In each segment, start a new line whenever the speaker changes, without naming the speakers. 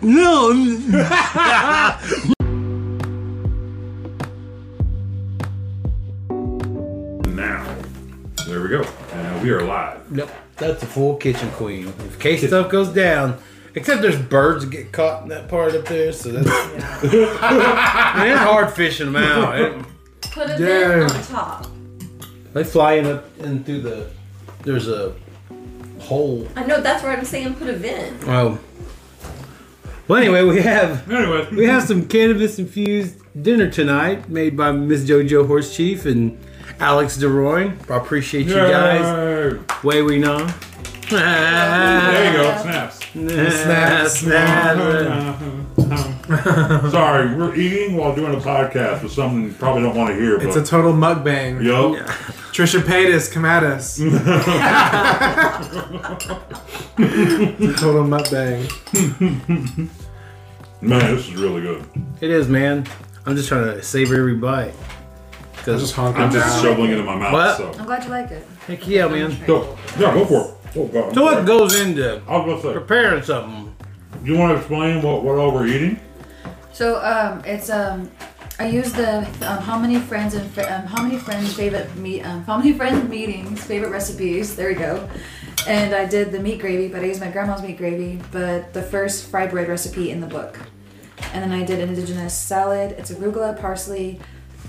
No.
Now, there we go. Uh, we are live.
Nope. That's a full kitchen queen. If case stuff goes down, except there's birds that get caught in that part up there, so that's Man, it's hard fishing them out. It-
Put a vent on
Dang.
top.
they fly in up in through the. There's a hole.
I know that's where I'm saying put a vent.
Oh. Well, anyway, we have
Anyway,
we have some cannabis infused dinner tonight, made by Miss JoJo Horse Chief and Alex DeRoy. I appreciate you guys.
Yay.
Way we know.
There you
Snap,
go. Snaps.
snap.
Sorry, we're eating while doing a podcast with something you probably don't want to hear. But
It's a total mukbang.
yo,
Trisha Paytas, come at us. it's a total mukbang.
man, this is really good.
It is, man. I'm just trying to savor every bite.
I'm just honking
I'm just
down.
shoveling it in my mouth.
What?
So,
I'm glad you like it.
Heck yeah, man.
go. Yeah, go for it. Oh God. I'm
So
sorry.
what goes into
I was gonna say.
preparing something?
You want to explain what what all we're eating?
So um, it's um, I use the um, how many friends and fa- um, how many friends favorite meet um, how many friends meetings favorite recipes. There we go. And I did the meat gravy, but I used my grandma's meat gravy, but the first fried bread recipe in the book. And then I did an indigenous salad. It's arugula, parsley,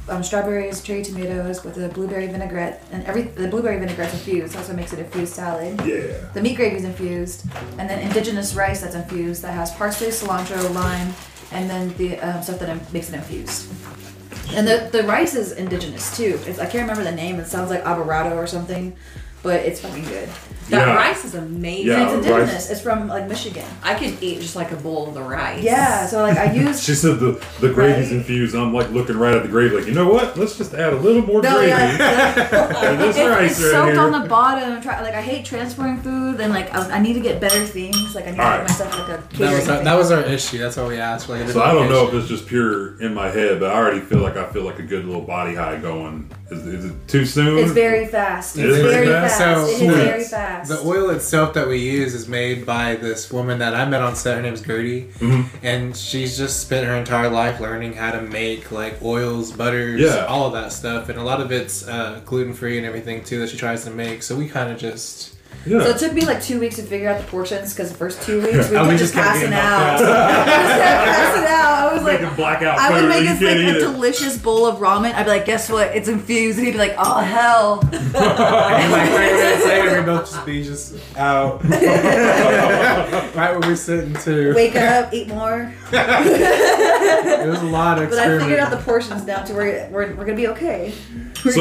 um, strawberries, cherry tomatoes with a blueberry vinaigrette, and every the blueberry vinaigrette's infused. so That's what makes it a fused salad.
Yeah.
The meat gravy is infused, and then indigenous rice that's infused that has parsley, cilantro, lime, and then the um, stuff that um, makes it infused. And the, the rice is indigenous too. It's, I can't remember the name. It sounds like abarrado or something, but it's fucking good.
That
Yeah.
rice is amazing.
Yeah.
it's
rice-
indigenous. It's from like Michigan.
I could eat just like a bowl of the rice.
Yeah. So like I used.
She said the the gravy's
Right.
infused. I'm like looking right at the gravy, like you know what? Let's just add a little more
No,
gravy.
yeah,
And this
it's,
rice
it's
right
soaked
here.
on the bottom. Try, like I hate transporting food, and like I, I need to get better things. Like I need
Alright.
to get myself like a catering
That was, our,
thing.
that was our issue. That's why we asked. Like,
So I don't know if it's just pure in my head, but I already feel like I feel like a good little body high going. Is, is it too soon?
It's very fast.
It's
It's
very
very
fast.
fast.
So-
it is very
Yes.
fast.
The oil itself that we use is made by this woman that I met on set. Her name's Gertie,
Mm-hmm.
and she's just spent her entire life learning how to make like oils, butters,
Yeah.
all of that stuff, and a lot of it's uh, gluten free and everything too that she tries to make. So we kind of just
yeah.
So it took me like two weeks to figure out the portions because the first two weeks we
Oh,
were
we just
just
kept
passing
getting knocked
out. I was passing out. I was
Making
like,
blackout
I
food,
would make
you
us like
can't
a
eat it.
delicious bowl of ramen. I'd be like, guess what? It's infused. And he'd be like, oh hell.
And like three minutes later, we both just be just out. right where we're sitting too.
Wake up, eat more.
It was a lot of
But I figured out the
experiment.
portions now to where we're, we're gonna be okay.
So,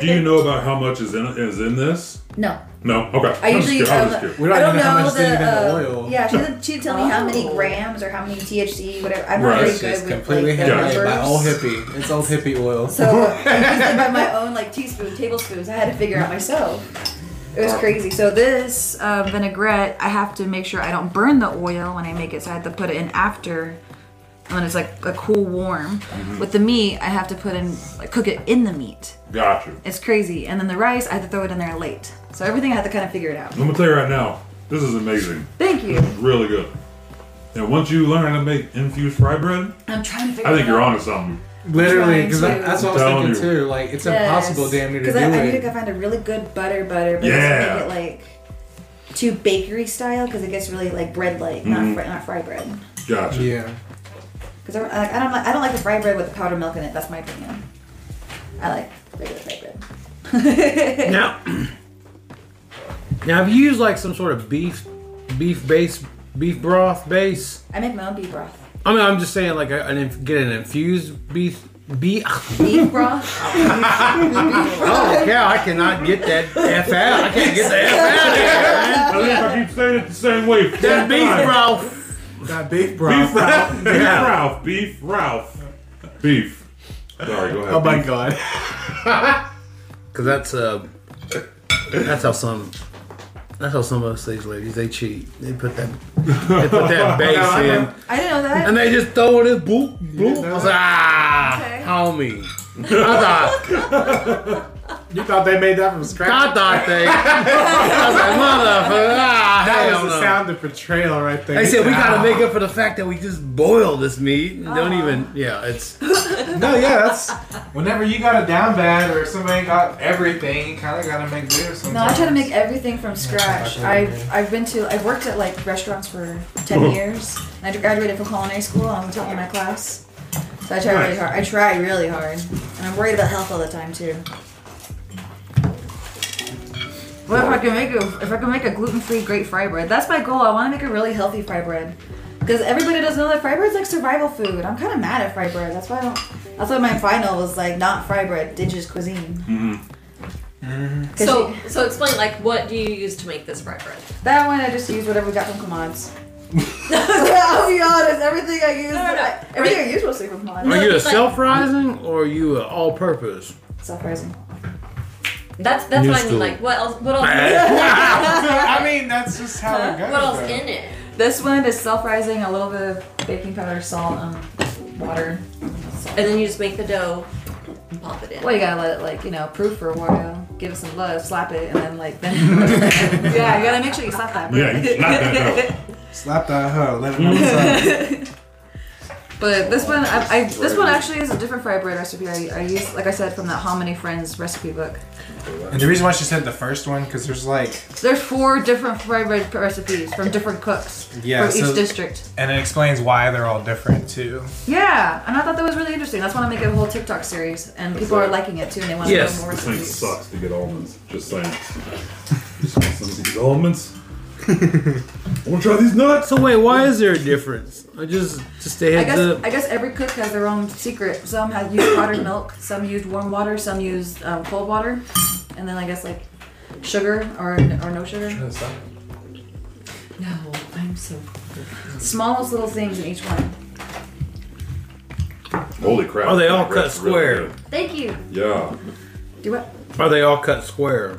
do you know about how much is in is in this?
No,
No. Okay.
I
I'm
usually
Just,
um,
curious. I'm just
We don't
I
even
don't
know
know
how much
the,
they even
uh,
oil.
Yeah, she didn't, she didn't tell me how many
Oh.
grams or how many THC, whatever. I'm
Right.
not really
It's
good
just
with
completely
like, the
handmade by
numbers.
old hippie. It's old hippie oil.
So I used it by my own like teaspoon, tablespoons. I had to figure out myself. It was crazy. So this uh, vinaigrette, I have to make sure I don't burn the oil when I make it. So I had to put it in after, when it's like a cool warm.
Mm-hmm.
With the meat, I have to put in like, cook it in the meat.
curious. Got you.
It's crazy. And then the rice, I had to throw it in there late. So everything I had to kind of figure it out.
I'm gonna tell you right now, this is amazing.
Thank you.
It's really good. And once you learn how to make infused fry bread,
I'm trying to figure.
I think
it
you're
out.
onto something.
Literally,
Trying
because
to-
that's what I was
Telling
thinking
you.
too. Like it's
Yes.
impossible, damn near, to
'Cause
do
I, I need
it.
to find a really good butter butter, but
Yeah.
doesn't make it like too bakery style because it gets really like bread like, not
Mm-hmm.
fri- not fried bread.
Gotcha.
yeah,
Because I, like, I don't like I don't like the fried bread with the powdered milk in it. That's my opinion. I like regular fried bread.
Now, now have you used like some sort of beef, beef base, beef broth base?
I make my own beef broth.
I mean, I'm just saying like a, an, inf- get an infused beef. Beef.
Beef broth.
Oh yeah, I cannot get that f out. I can't get the f out. of here.
I think I keep saying it the same way.
That beef broth.
that beef
Beef Ralph. Beef
Yeah.
Ralph. Beef Ralph. Beef. Sorry. Go ahead.
Oh my god.
Cause that's uh, that's how some, that's how some of us these ladies they cheat. They put that, they put that base in.
I didn't know that.
And they just throw it in, boop, boop.
know
I was like, ah,
Okay.
homie. I thought,
You thought they made that from scratch?
I thought they. I was like, motherfucker. Ah,
that
hell
was the
no.
sound of betrayal right there.
They
He
said we
"Ah."
gotta make up for the fact that we just boiled this meat and don't even. Yeah, it's.
No, yeah, that's whenever you got a down bad or somebody got everything, you kind of gotta make do. Sometimes.
No, I try to make everything from scratch.
I totally agree.
I've I've been to I've worked at like restaurants for ten years. I graduated from culinary school. I'm top of my class, so I try really
Nice.
hard. I try really hard, and I'm worried about health all the time too. What if I can make a if I can make a gluten free great fry bread? That's my goal. I want to make a really healthy fry bread. Because everybody doesn't know that fry bread's like survival food. I'm kind of mad at fry bread. That's why I don't. That's why my final was like not fry bread, Dinges cuisine. Mm-hmm.
So, so explain like what do you use to make this bread bread?
That one I just used whatever we got from Kamaz. I'll be honest, everything I used,
No, no, no.
I- everything I used was from Kamaz.
Are you a
it's like-
self rising or are you a all purpose?
Self rising.
That's that's
New
what I mean.
school.
Like what else? What else?
I mean, that's just how it goes.
What else
though.
in it?
This one is self rising, a little bit of baking powder, salt, um, water.
And then you just make the dough and pop it in.
Well, you gotta let it like you know proof for a while, give it some love, slap it, and then like then yeah, you gotta make sure you slap that.
Yeah, you slap that
Slap that hoe. Let it know what's up.
But this one, I, I this one actually is a different fried bread recipe. I, I used like I said from that Hominy Friends recipe book.
And the reason why she said the first one, because there's like,
There's four different fried bread recipes from different cooks
Yeah,
from each
so-
district.
and it explains why they're all different too.
Yeah, and I thought that was really interesting. That's why I make a whole TikTok series, and people are liking it too, and they want to
Yes.
know more
This thing
recipes.
sucks to get almonds. Just saying. Just want some of these almonds. I want to try these nuts.
So wait, why is there a difference? I just just a
I
heads
guess
up.
I guess every cook has their own secret. Some have used powdered milk, some used warm water, some used um, cold water, and then I guess like sugar or or no sugar.
No, I'm so.
Smallest little things in each one.
Holy crap.
Are Oh, they all
That
cut
bread's really
square?
good.
Thank you.
yeah.
Do what?
Are they all cut square?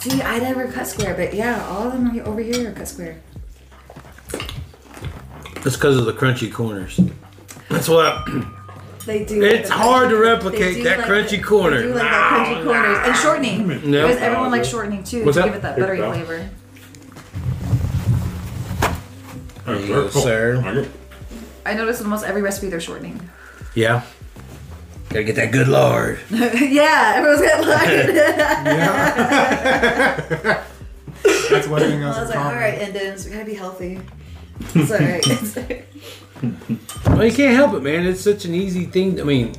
See, I never cut square, but yeah, all of them are over here are cut square.
It's because of the crunchy corners. That's what. I,
They do.
It's hard to
They
replicate
do
that crunchy
they
corner.
do like that
Ah,
crunchy corners and shortening.
Yeah.
Because everyone likes shortening too
What's
to
that?
give it that buttery
Yeah.
flavor.
There
you go, sir.
I noticed in almost every recipe they're shortening.
yeah. Gotta get that good lard.
yeah, everyone's gonna like.
That's one thing I
I was
was
like, all right, Indians, we gotta be healthy. It's all right. It's all right.
Well, you can't help it, man. It's such an easy thing. I mean,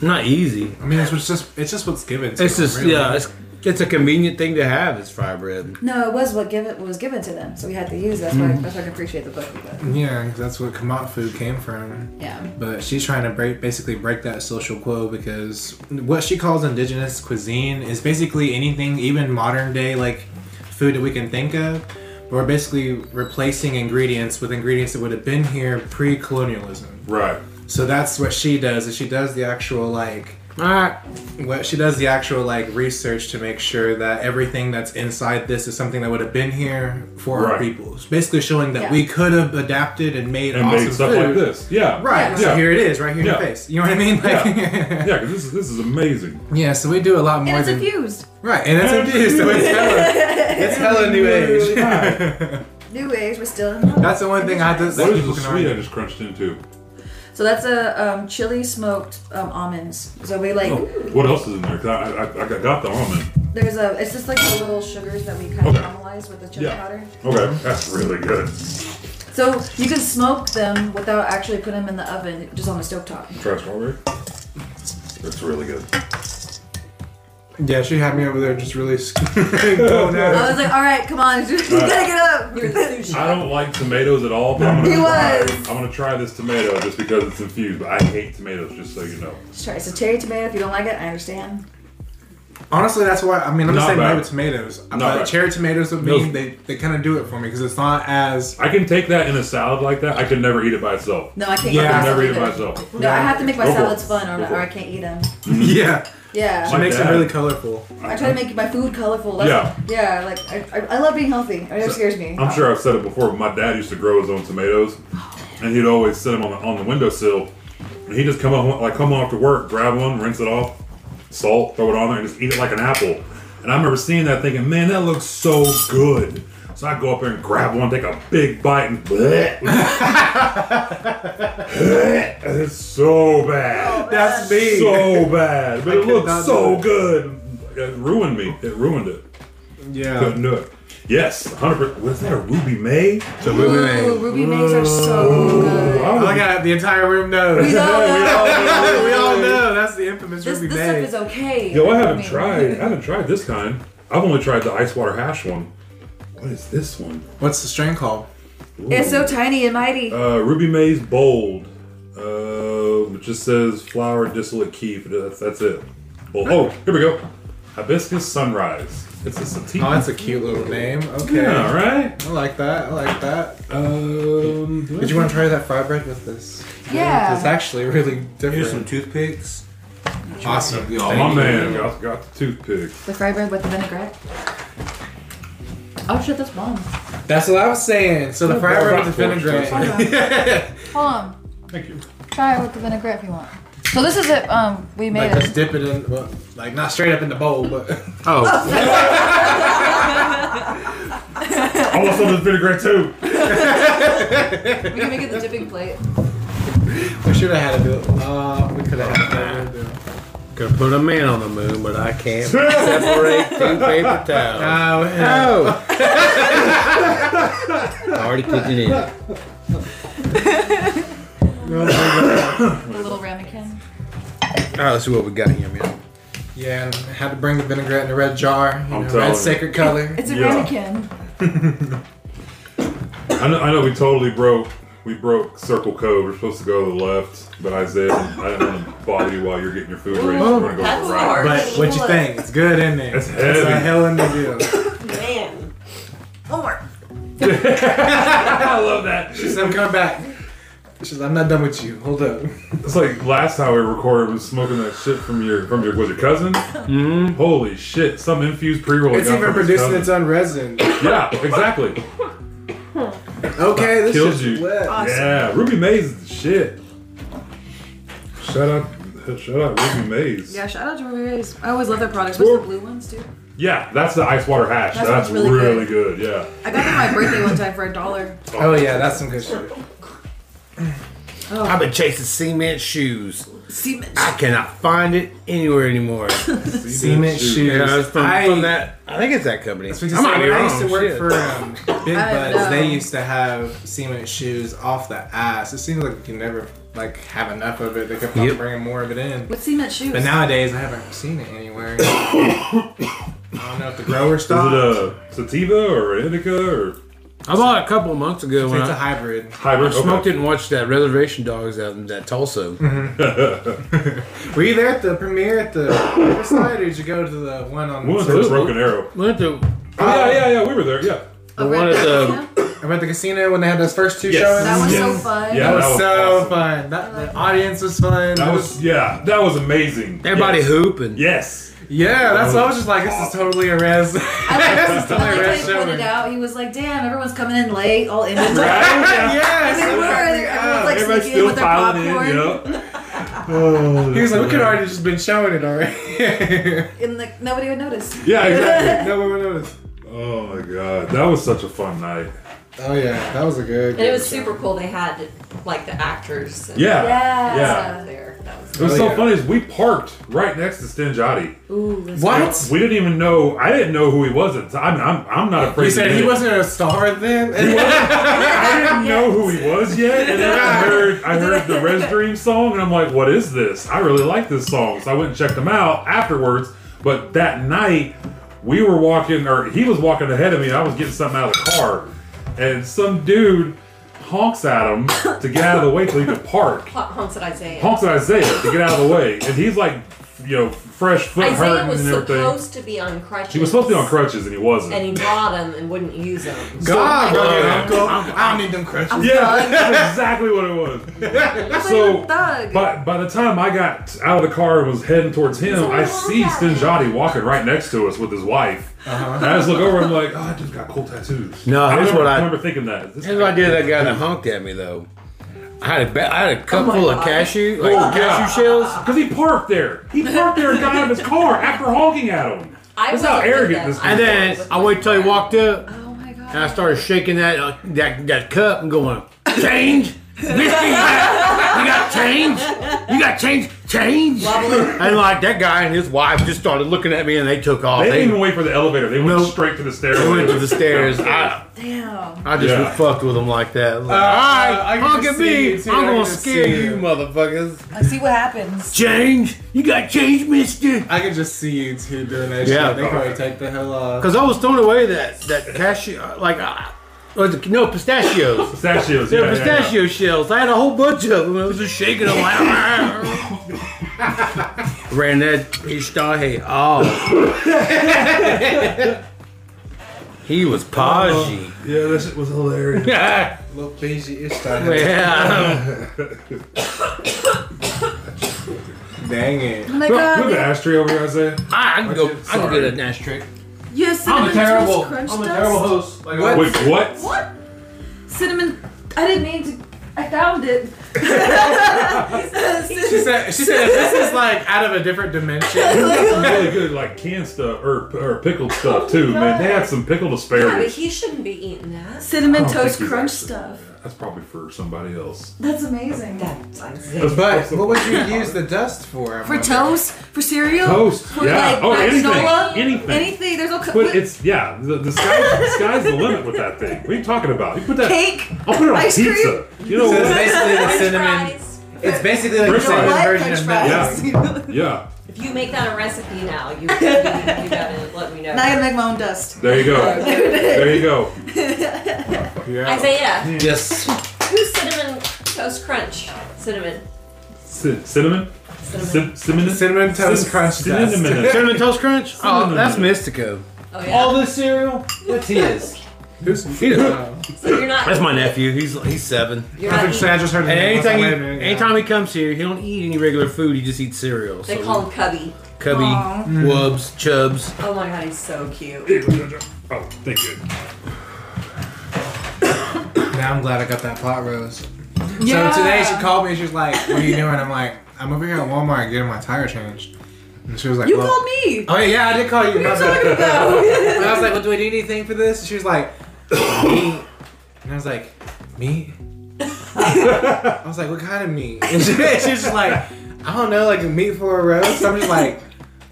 not easy.
I mean, it's what's just it's just what's given. To
It's
them,
just
really.
yeah. It's it's a convenient thing to have. It's fry bread.
No, it was what given was given to them, so we had to use. That's why that's why I can appreciate the book. But
yeah, 'cause that's what Kamat food came from.
yeah,
But she's trying to break, basically break that social quo because what she calls indigenous cuisine is basically anything, even modern day like food that we can think of. But we're basically replacing ingredients with ingredients that would have been here pre-colonialism.
Right.
So that's what she does. Is she does the actual like
All right.
what she does the actual like research to make sure that everything that's inside this is something that would have been here for our
Right.
people. It's basically showing that
Yeah.
we could have adapted and made
And
awesome
made stuff
food.
like this. Yeah.
Right.
Yeah.
So here it is, right here in
Yeah.
your face. You know what I mean?
Yeah.
Like, yeah.
Yeah, because this is this is amazing.
So we do a lot
and
more
it's
than
infused.
right, and it's
And
infused. So it's hella, it's hella new age.
New age, we're still in love.
That's the one thing I have to.
What
that
is
people
the
can
sweet I
argue.
just crunched into?
So that's a um, chili smoked um, almonds. So we like
Oh, what else is in there? 'Cause I, I, I got the almond.
there's a it's just like the little sugars that we kind of
Okay.
caramelize with the chili
Yeah.
powder.
Okay, that's really good.
So you can smoke them without actually putting them in the oven, just on the stovetop.
Try strawberry. That's really good.
Yeah, she had me over there just really going
I
at it.
was like, all right, come on, you gotta get up. You're
I don't like tomatoes at all, but I'm gonna
He
try.
was.
I'm gonna try this tomato just because it's infused. But I hate tomatoes, just so you know.
Just try it. It's a cherry tomato. If you don't like it, I understand.
Honestly, that's why. I mean, I'm
Not
just saying
bad.
no with tomatoes. But
bad.
cherry tomatoes with
No.
me, they they kind of do it for me because it's not as
I can take that in a salad like that. I can never eat it by itself.
No, I can't.
Yeah,
eat
I
I
them
can never eat it
either.
by itself.
No, I have to make my
Go for
salads
it.
fun, or,
Go for
or I
it.
can't eat them.
Yeah,
Yeah,
she
My
makes
dad-
it really colorful.
I try to make my food colorful. That's, yeah, Like I, I, I love being healthy. It never scares me.
I'm sure I've said it before, but my dad used to grow his own tomatoes, and he'd always set them on the, on the windowsill. And he'd just come up like come off to work, grab one, rinse it off, salt, throw it on there, and just eat it like an apple. And I remember seeing that thinking, man, that looks so good. So I go up there and grab one, take a big bite, and bleh. Bleh. it's so bad.
Oh, That's me.
So bad. But
I
it
could
looked
not
so
do it.
good. It ruined me. It ruined it.
yeah.
Couldn't do it. Uh, Yes, 100%. Was that a Ruby May?
So we'll be
Ooh,
made.
Ruby Mays are so good.
I
Oh
was
my god, the entire room knows.
We all know.
we all know that's the infamous
This,
Ruby
this
Bay.
stuff is okay.
Yo, I haven't
mean,
tried. I haven't tried this kind. I've only tried the ice water hash one. What is this one?
What's the strain called?
It's so tiny and mighty.
Uh, Ruby Maze Bold. Uh, it just says flower distillate key. For that's, that's it. Bold. Oh, here we go. Hibiscus Sunrise. It's a sativa.
Oh, that's a cute little name. Okay.
yeah, right.
I like that. I like that.
Um,
Did you want to try that fry bread with this?
Yeah.
It's actually really different.
Here's some toothpicks.
awesome.
Oh, my man got, got the toothpick.
the fried bread with the vinaigrette. Oh shit, that's bomb.
That's what I was saying. So the fry bread with the vinaigrette.
Hold on.
Thank you.
Try it with the vinaigrette if you want. So this is it. Um, we made
Like, let's
it.
dip it in, well, like, not straight up in the bowl, but.
Oh,
I want some of this vinaigrette too.
We can make it the dipping plate.
We should have had a bill. Uh, we could have had a bill.
could put a man on the moon, but I can't separate two paper towels.
Oh,
Oh. I already put it in.
The little ramekin.
All right, let's see what we got here, man.
Yeah, and had to bring the vinaigrette in a red jar. You
I'm
know,
telling
red
you.
sacred color.
It's a
Yeah.
ramekin.
I know, I know we totally broke we broke circle code. We're supposed to go to the left, but Isaiah, I didn't want to bother you while you're getting your food ready. so we're gonna go to
That's
the right.
hard.
But what you think? It's good, isn't it?
It's
a
heavy.
hell in the deal.
Man. Homework.
I love that.
She said, I'm coming back. She said, I'm not done with you. Hold up.
It's like last time we recorded was smoking that shit from your from your was your cousin. Mm-hmm. Holy shit! Some infused pre roll.
It's even producing its own resin.
Yeah, exactly.
Okay, this
Kills
is
you.
wet.
Yeah, Ruby Maze is the shit. Shout out, shout out Ruby Maze.
Yeah, shout out to Ruby Mays. I always love their products. What's the blue ones too?
Yeah, that's the ice water hash.
That
that's
sounds really
really good. Yeah.
I got them my birthday one time for a dollar.
Oh yeah, that's some good shit.
I've been chasing cement shoes.
Siemens.
I cannot find it anywhere anymore.
Cement shoes.
Yeah, it's from,
I-
from that. I think it's that company.
That's what you
I might
said.
be
When I
wrong.
used to work
shit.
for um, Big
I
Buds. They
know.
used to have cement shoes off the ass. It seems like you can never like have enough of it. They kept on
Yep.
bringing more of it in.
With cement shoes.
But nowadays, I haven't seen it anywhere. I don't know if the grower
Is it uh,
stopped.
a sativa or indica or
I bought it a couple of months ago when
it's a
I,
hybrid.
hybrid?
I smoked it and watched that Reservation Dogs out in that Tulsa.
Mm-hmm. Were you there at the premiere at the Riverside, or did you go to the one on?
One was
Absolutely.
the Broken Arrow.
Went to
Oh, yeah, yeah, yeah. We were there. Yeah.
the one um, at the
I'm at the casino when they had those first two
Yes.
shows.
That was so
Yes.
fun.
Yeah.
That was
that was
so
awesome.
fun. That the audience was fun.
That
It
was yeah. That was amazing.
everybody
yes.
hooping.
Yes.
yeah. That's why I was just like, this is totally a res. this is totally a
I like how
res
he
show.
pointed out, he was like, damn, everyone's coming in late, all ended
Right?
late.
yes.
They were, they- everyone's like
Everybody's
sneaking in
still piling
with their
in. You
popcorn.
know. Oh,
He was like, we could already just been showing it already.
And like, nobody would notice.
Yeah, exactly.
no one would notice.
Oh my god, that was such a fun night.
Oh yeah, that was a good.
And it was super cool. They had like the actors. And
Yeah.
Yeah.
Yeah.
stuff There. That was
It was
Oh,
so
yeah.
funny is we parked right next to Stinjati.
Ooh, that's
What?
We didn't even know. I didn't know who he was. At the time. I'm, I'm, I'm not afraid.
You
to
said he
admit it.
wasn't a star then.
I didn't know who he was yet, and then I heard I heard the Res Dream song, and I'm like, "What is this? I really like this song." So I went and checked him out afterwards. But that night, we were walking, or he was walking ahead of me. and I was getting something out of the car, and some dude honks at him to get out of the way so he could park.
Hon- Haunted Isaiah.
Honks at Isaiah to get out of the way, and he's like, you know, fresh foot
Isaiah
hurting
was
and everything.
supposed to be on crutches.
He was supposed to be on crutches, and he wasn't.
And he bought them and wouldn't use them.
God,
So-
love you,
Yeah.
uncle. I don't need them crutches.
yeah, that's exactly what it was.
so,
so,
thug.
By, by the time I got out of the car and was heading towards him, I see Stinjati walking right next to us with his wife. And I just look over and I'm like, oh, I just got cool tattoos.
No,
I
here's
remember,
what I-
remember thinking that. Is this-
Here's what I did. That guy that honked at me though. I had a, ba- I had a
Oh
cup
my
full of
God.
cashew, like
Oh, yeah.
cashew shells.
Because he parked there. He parked there and got out of his car after honking at him.
I
That's how
wasn't with
arrogant
them.
this
And
man is.
then I waited till he walked up,
Oh my god.
and I started shaking that uh, that that cup and going, change, Bitch, you got- you got change, you got change, change. And like that guy and his wife just started looking at me, and they took off.
They
They,
didn't even wait for the elevator. They went
No.
straight to the stairs.
they went to the stairs. I,
Damn.
I just
Yeah.
fucked with them like that. Like,
Uh, I
All right,
can
honk
just
at
see
me.
you, too. I
I'm
can
gonna
just
scare
see
you,
you.
motherfuckers.
Let's see what happens.
Change, you got change, Mister.
I could just see you two doing that
Yeah.
shit. They probably take the hell off.
Because I was throwing away that that cashew, like uh, was it- no pistachios.
Pistachios.
They
Yeah,
were
yeah, yeah.
pistachio shells. I had a whole bunch of them. I was just shaking them. Like, Ran that pistache off. he was podgy.
Yeah, that shit was hilarious.
yeah.
Little Beijing Ishtar.
Yeah.
Dang it.
Oh my
Look at the
god.
ashtray over here, Isaiah.
I can go. I can
Sorry.
get a nice trick.
Yes,
I'm a terrible.
crunch
I'm a
dust.
terrible host. Like,
What?
Wait, what?
What? Cinnamon. I didn't mean to. I found it.
She said, she said, this is like out of a different dimension.
Some really good, like canned stuff or, or pickled stuff too, man. They had some pickled
Yeah, but
asparagus.
he shouldn't be eating that.
Oh,
Cinnamon
I don't think
toast
he's
crunch
actually-
stuff.
That's probably for somebody else.
That's amazing.
That's
That's
But
awesome.
what would you use the dust for? I
For
wonder?
toast, for cereal,
Toast.
for
yeah.
like
oh,
granola,
anything. Anything.
anything. There's no co-
But it's yeah, the, the sky the sky's the limit with that thing. What are you talking about? You put that
cake.
I'll put it on
ice
pizza.
cream.
You know
So it's
what?
basically the cinnamon.
fries.
It's basically like the
French
cinnamon
fries.
version
French
of
fries.
milk.
Yeah.
If you make that a recipe now, you, you, you gotta let me know.
And I gotta make my own dust.
There you go. There you go.
Yeah.
Isaiah,
Yes.
who's cinnamon toast crunch? Cinnamon.
C- cinnamon?
Cinnamon.
Cin- cinnamon?
Cinnamon Toast
Cin-
Crunch Dust.
Cinnamon.
Cinnamon toast crunch. Oh,
Cinnamon.
that's Mystico.
Oh yeah.
All this cereal. That's his.
Who's
He-
um,
so you're not.
That's my nephew. He's he's seven.
You're
I
not
think
eating.
I just heard the
And
name. I was like,
anytime, he,
wait a minute, yeah.
anytime he comes here, he don't eat any regular food. He just eats cereal.
They
so
call him Cubby.
Cubby,
Aw.
Mm-hmm.
Wubs, Chubs.
Oh my god, he's so cute.
Oh, thank you.
Now I'm glad I got that pot roast.
Yeah.
So today she called me. She's like, "What are you doing?" I'm like, "I'm over here at Walmart getting my tire changed." And she was like,
You
well,
called me.
Oh yeah, I did call you.
What are you talking about?
And I was like, well, do I do anything for this? And she was like, meat. And I was like, meat? I was like, what kind of meat? And she, she was just like, I don't know, like a meat for a roast. I'm just like,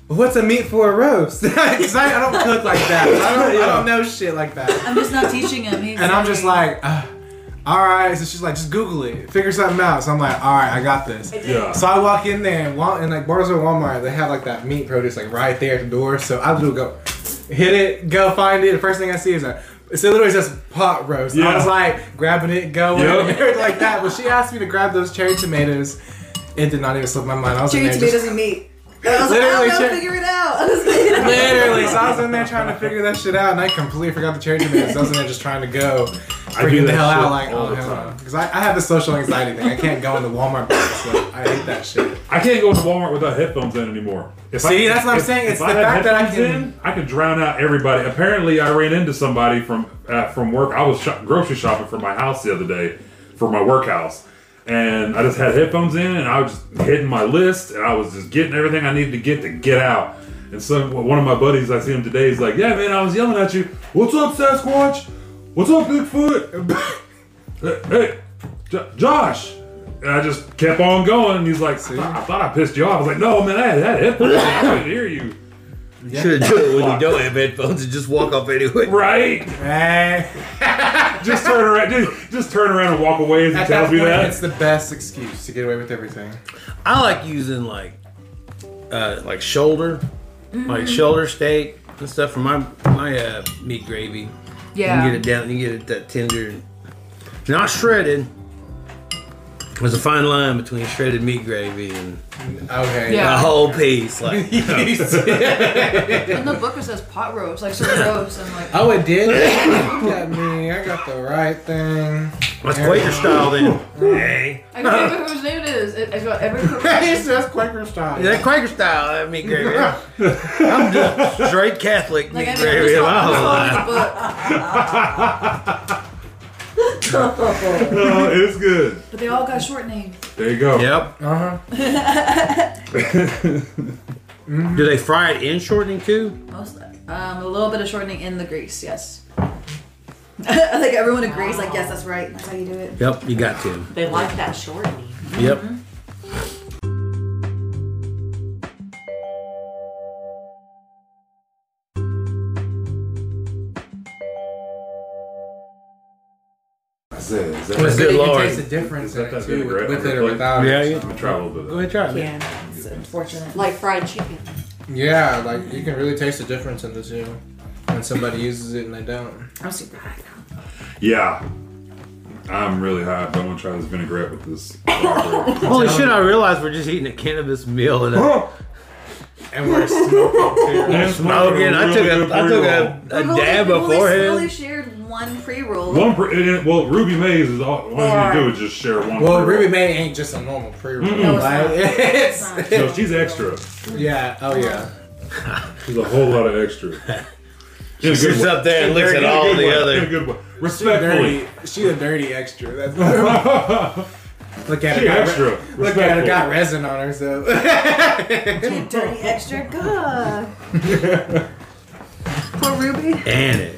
well, what's a meat for a roast? Because I, I don't cook like that. I don't, I don't know shit like that.
I'm just not teaching him. He's
And I'm just
learning.
like, "Ugh, all right. So she's like, just Google it, figure something out. So I'm like, all right, I got this.
Yeah.
So I walk in there and, Wal- and like Barnes and Walmart, they have like that meat produce like right there at the door. So I literally go, hit it, go find it. The first thing I see is a, so literally it's just pot roast. I
Yeah.
was like grabbing it, going,
Yep.
and everything like that. But she asked me to grab those cherry tomatoes. It did not even slip my mind. I was
cherry
in there
tomatoes
just,
and meat. And I was
Literally
like, I don't know,
cherry-
figure it out. I was like-
literally. So I was in there trying to figure that shit out, and I completely forgot the cherry tomatoes. I was in there just trying to go.
I do
Freaking the
that
hell
shit
out, like,
all
oh,
the
hell
time.
Because I, I have the social anxiety thing. I can't go into Walmart, so I hate that shit.
I can't go to Walmart without headphones in anymore. If
See,
I,
that's what I'm saying. It's the
had
fact that I
headphones
can-
in, I could drown out everybody. Apparently, I ran into somebody from uh, from work. I was shop- grocery shopping for my house the other day, for my workhouse, and I just had headphones in, and I was just hitting my list, and I was just getting everything I needed to get to get out. And so one of my buddies, I see him today, he's like, "Yeah, man, I was yelling at you. What's up, Sasquatch? What's up, Bigfoot? hey, hey, Jo- Josh. And I just kept on going. And he's like, I thought, I thought I pissed you off. I was like, no, man, I had that headphones. I couldn't hear you.
Should do it when you don't have headphones and just walk off anyway.
Right?
Hey.
Just turn around. Dude, just turn around and walk away as he
At that
tells me
point,
that.
it's the best excuse to get away with everything.
I like using like uh, like shoulder,
Mm-hmm.
like shoulder steak and stuff for my my uh, meat gravy. You can get it down. You can get it that tender, not shredded. There's a fine line between shredded meat gravy and
Okay.
Yeah.
a whole piece. Like
In the book it says pot roast, like sort of roast, and like
Oh, it did. Look at me. I got the right thing.
that's Quaker style then. Hey.
I can't remember whose name it is. It, it's about every
It's just Quaker style.
That Quaker style, that meat gravy. I'm just straight Catholic meat
Like I mean,
gravy.
just
I don't
following
lie.
the book.
No, it's good.
But they all got short names.
There you go.
Yep.
Uh huh.
Do they fry it in shortening too?
Most, um, a little bit of shortening in the grease, yes. I think everyone agrees, like, yes, that's right. That's how you do it.
Yep, you got to.
They like that shortening.
Yep.
I said, is that
Was
right?
Good
you
lord.
can taste the difference
Is that that
too, with,
vinaigrette
with
on
it
the
or
plate?
without
Yeah,
it.
yeah.
so.
Try a little bit of
Go ahead, try it. man.
Yeah.
It's unfortunate.
Like fried chicken.
Yeah, like you can really taste the difference in the two when somebody uses it and they don't.
I'm super high now.
Yeah. I'm really high, but I'm gonna try this vinaigrette with this. blackberry.
Holy shit! I realized we're just eating a cannabis meal and a
And we're smoking too.
And
smoking. Oh, I took a I took a, a
We've only-
dab of
we've only- We've only
forehead.
shared one pre roll.
One per, and it- well, Ruby Mays is all, all you need to do is just share one.
Well,
per-
Ruby May ain't just a normal pre-roll.
No, it's
like,
not.
it's-
It's
No, she's extra.
yeah. Oh yeah.
She's a whole lot of extra. In a good
She's
way.
up there and looks
In
at
a
all
good
the
way.
other-
In a good way.
She a dirty.
Respectfully.
She a dirty extra. That's look at
She
her. got
extra.
re- look at her.
Respectful.
Got resin on her. So
a dirty extra good. Poor Ruby.
And it.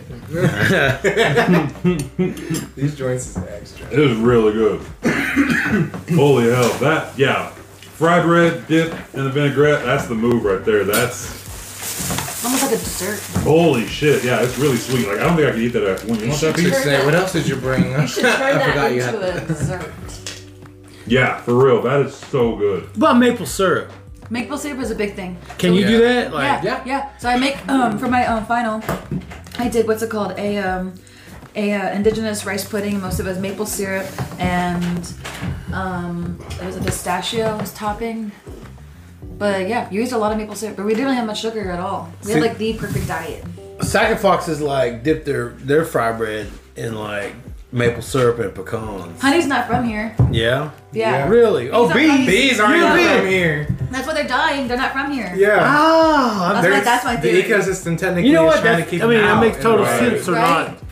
these joints is extra.
It was really good. Holy hell, that yeah. Fried bread dip in the vinaigrette, that's the move right there. That's
Almost like a dessert.
holy shit. Yeah, it's really sweet. Like I don't think I could eat that after one. You want that
Should
piece?
say, what else did you bring?
You should turn
I
that
forgot you
into
had.
a dessert.
Yeah, for real. That is so good.
What about maple syrup?
Maple syrup is a big thing.
Can you do that?
yeah,
Like
yeah,
Yeah.
So I make um for my um final, I did what's it called a um a uh, indigenous rice pudding. Most of it was maple syrup and um it was a pistachio was topping. But yeah, you used a lot of maple syrup, but we didn't really have much sugar at all. We had
See-
like the perfect diet.
Sack of foxes like dip their their fry bread in like maple syrup and pecans.
Honey's not from here.
Yeah.
Yeah.
Really? Oh,
are
bees.
honey-
Bees
You
aren't
bee.
from here.
That's why they're dying. They're not from here.
Yeah.
Ah, I'm
That's my, that's my theory.
The ecosystem technically
You know
is
what?
trying
That's,
to keep
I mean,
them
that
out
makes
in a
total
way.
sense. They're
Right.
not.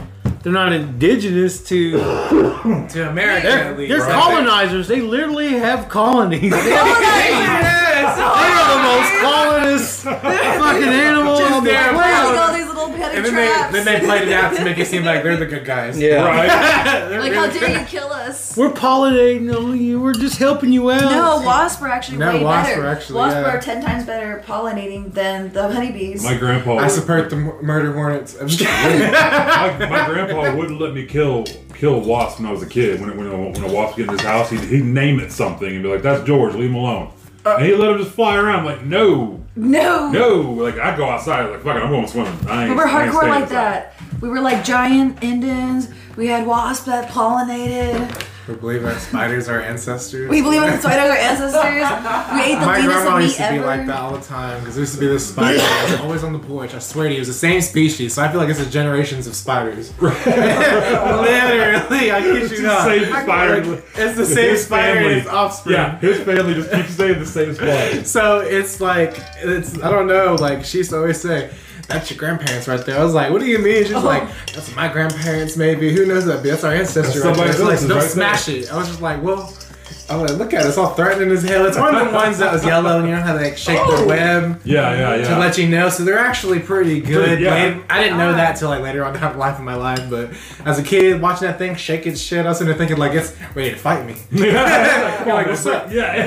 They're not indigenous to.
to America.
They're,
at least.
they're
Right.
colonizers. They literally have colonies. they are
Yes!
the most colonist fucking animal
Just
on the
there.
planet.
Like all these little petty
And then
traps.
they, then they played it out to make it seem like they're the good guys.
Yeah.
Right?
They're
like, how
really
dare
good.
you kill us?
We're pollinating on you. We're just helping you out.
No, wasps are actually
No,
way
wasps
better.
are actually,
wasps
yeah.
are ten times better at pollinating than the honeybees.
My grandpa
I
would-
support the m- murder hornets. I'm just
my, my grandpa wouldn't let me kill kill wasp when I was a kid. When when, when a wasp get in his house, he'd, he'd name it something and be like, "That's George. Leave him alone." and he let him just fly around. I'm like, no,
no,
no. Like I go outside. Like fuck it, I'm going swimming. I ain't,
we were
I ain't
hardcore
staying
like
inside."
that. We were like giant Indians. We had wasps that pollinated.
We believe our spiders are ancestors.
We believe in the spiders, our ancestors. We ate the
My
cleanest
grandma
of
used
meat
to
ever.
be like that all the time because there used to be this spider that was always on the porch. I swear to you, it was the same species, so I feel like it's the generations of spiders. Literally, I kid
It's
you
the
not.
same spider.
Like, it's the same
His
spider and
family.
its offspring.
Yeah, his family just keeps saying the same spot.
So it's like it's I don't know. Like she used to always say, "That's your grandparents right there." I was like, "What do you mean?" She's like, "That's my grandparents, maybe. Who knows that? That's our ancestor."
That's
Right there.
somebody
She's like,
else's
"Don't
right
smash it." I was just like, "Well." I was like, look at it, it's all threatening as hell. It's one of the ones that was yellow and you know how they like shake the web
Yeah, yeah, yeah.
to let you know. So they're actually pretty good.
Pretty- yeah.
Like, I didn't know that till like later on down the life of my life, but as a kid watching that thing shake its shit, I was sitting there thinking like it's ready to fight me.
You're
like, what's up?
Yeah.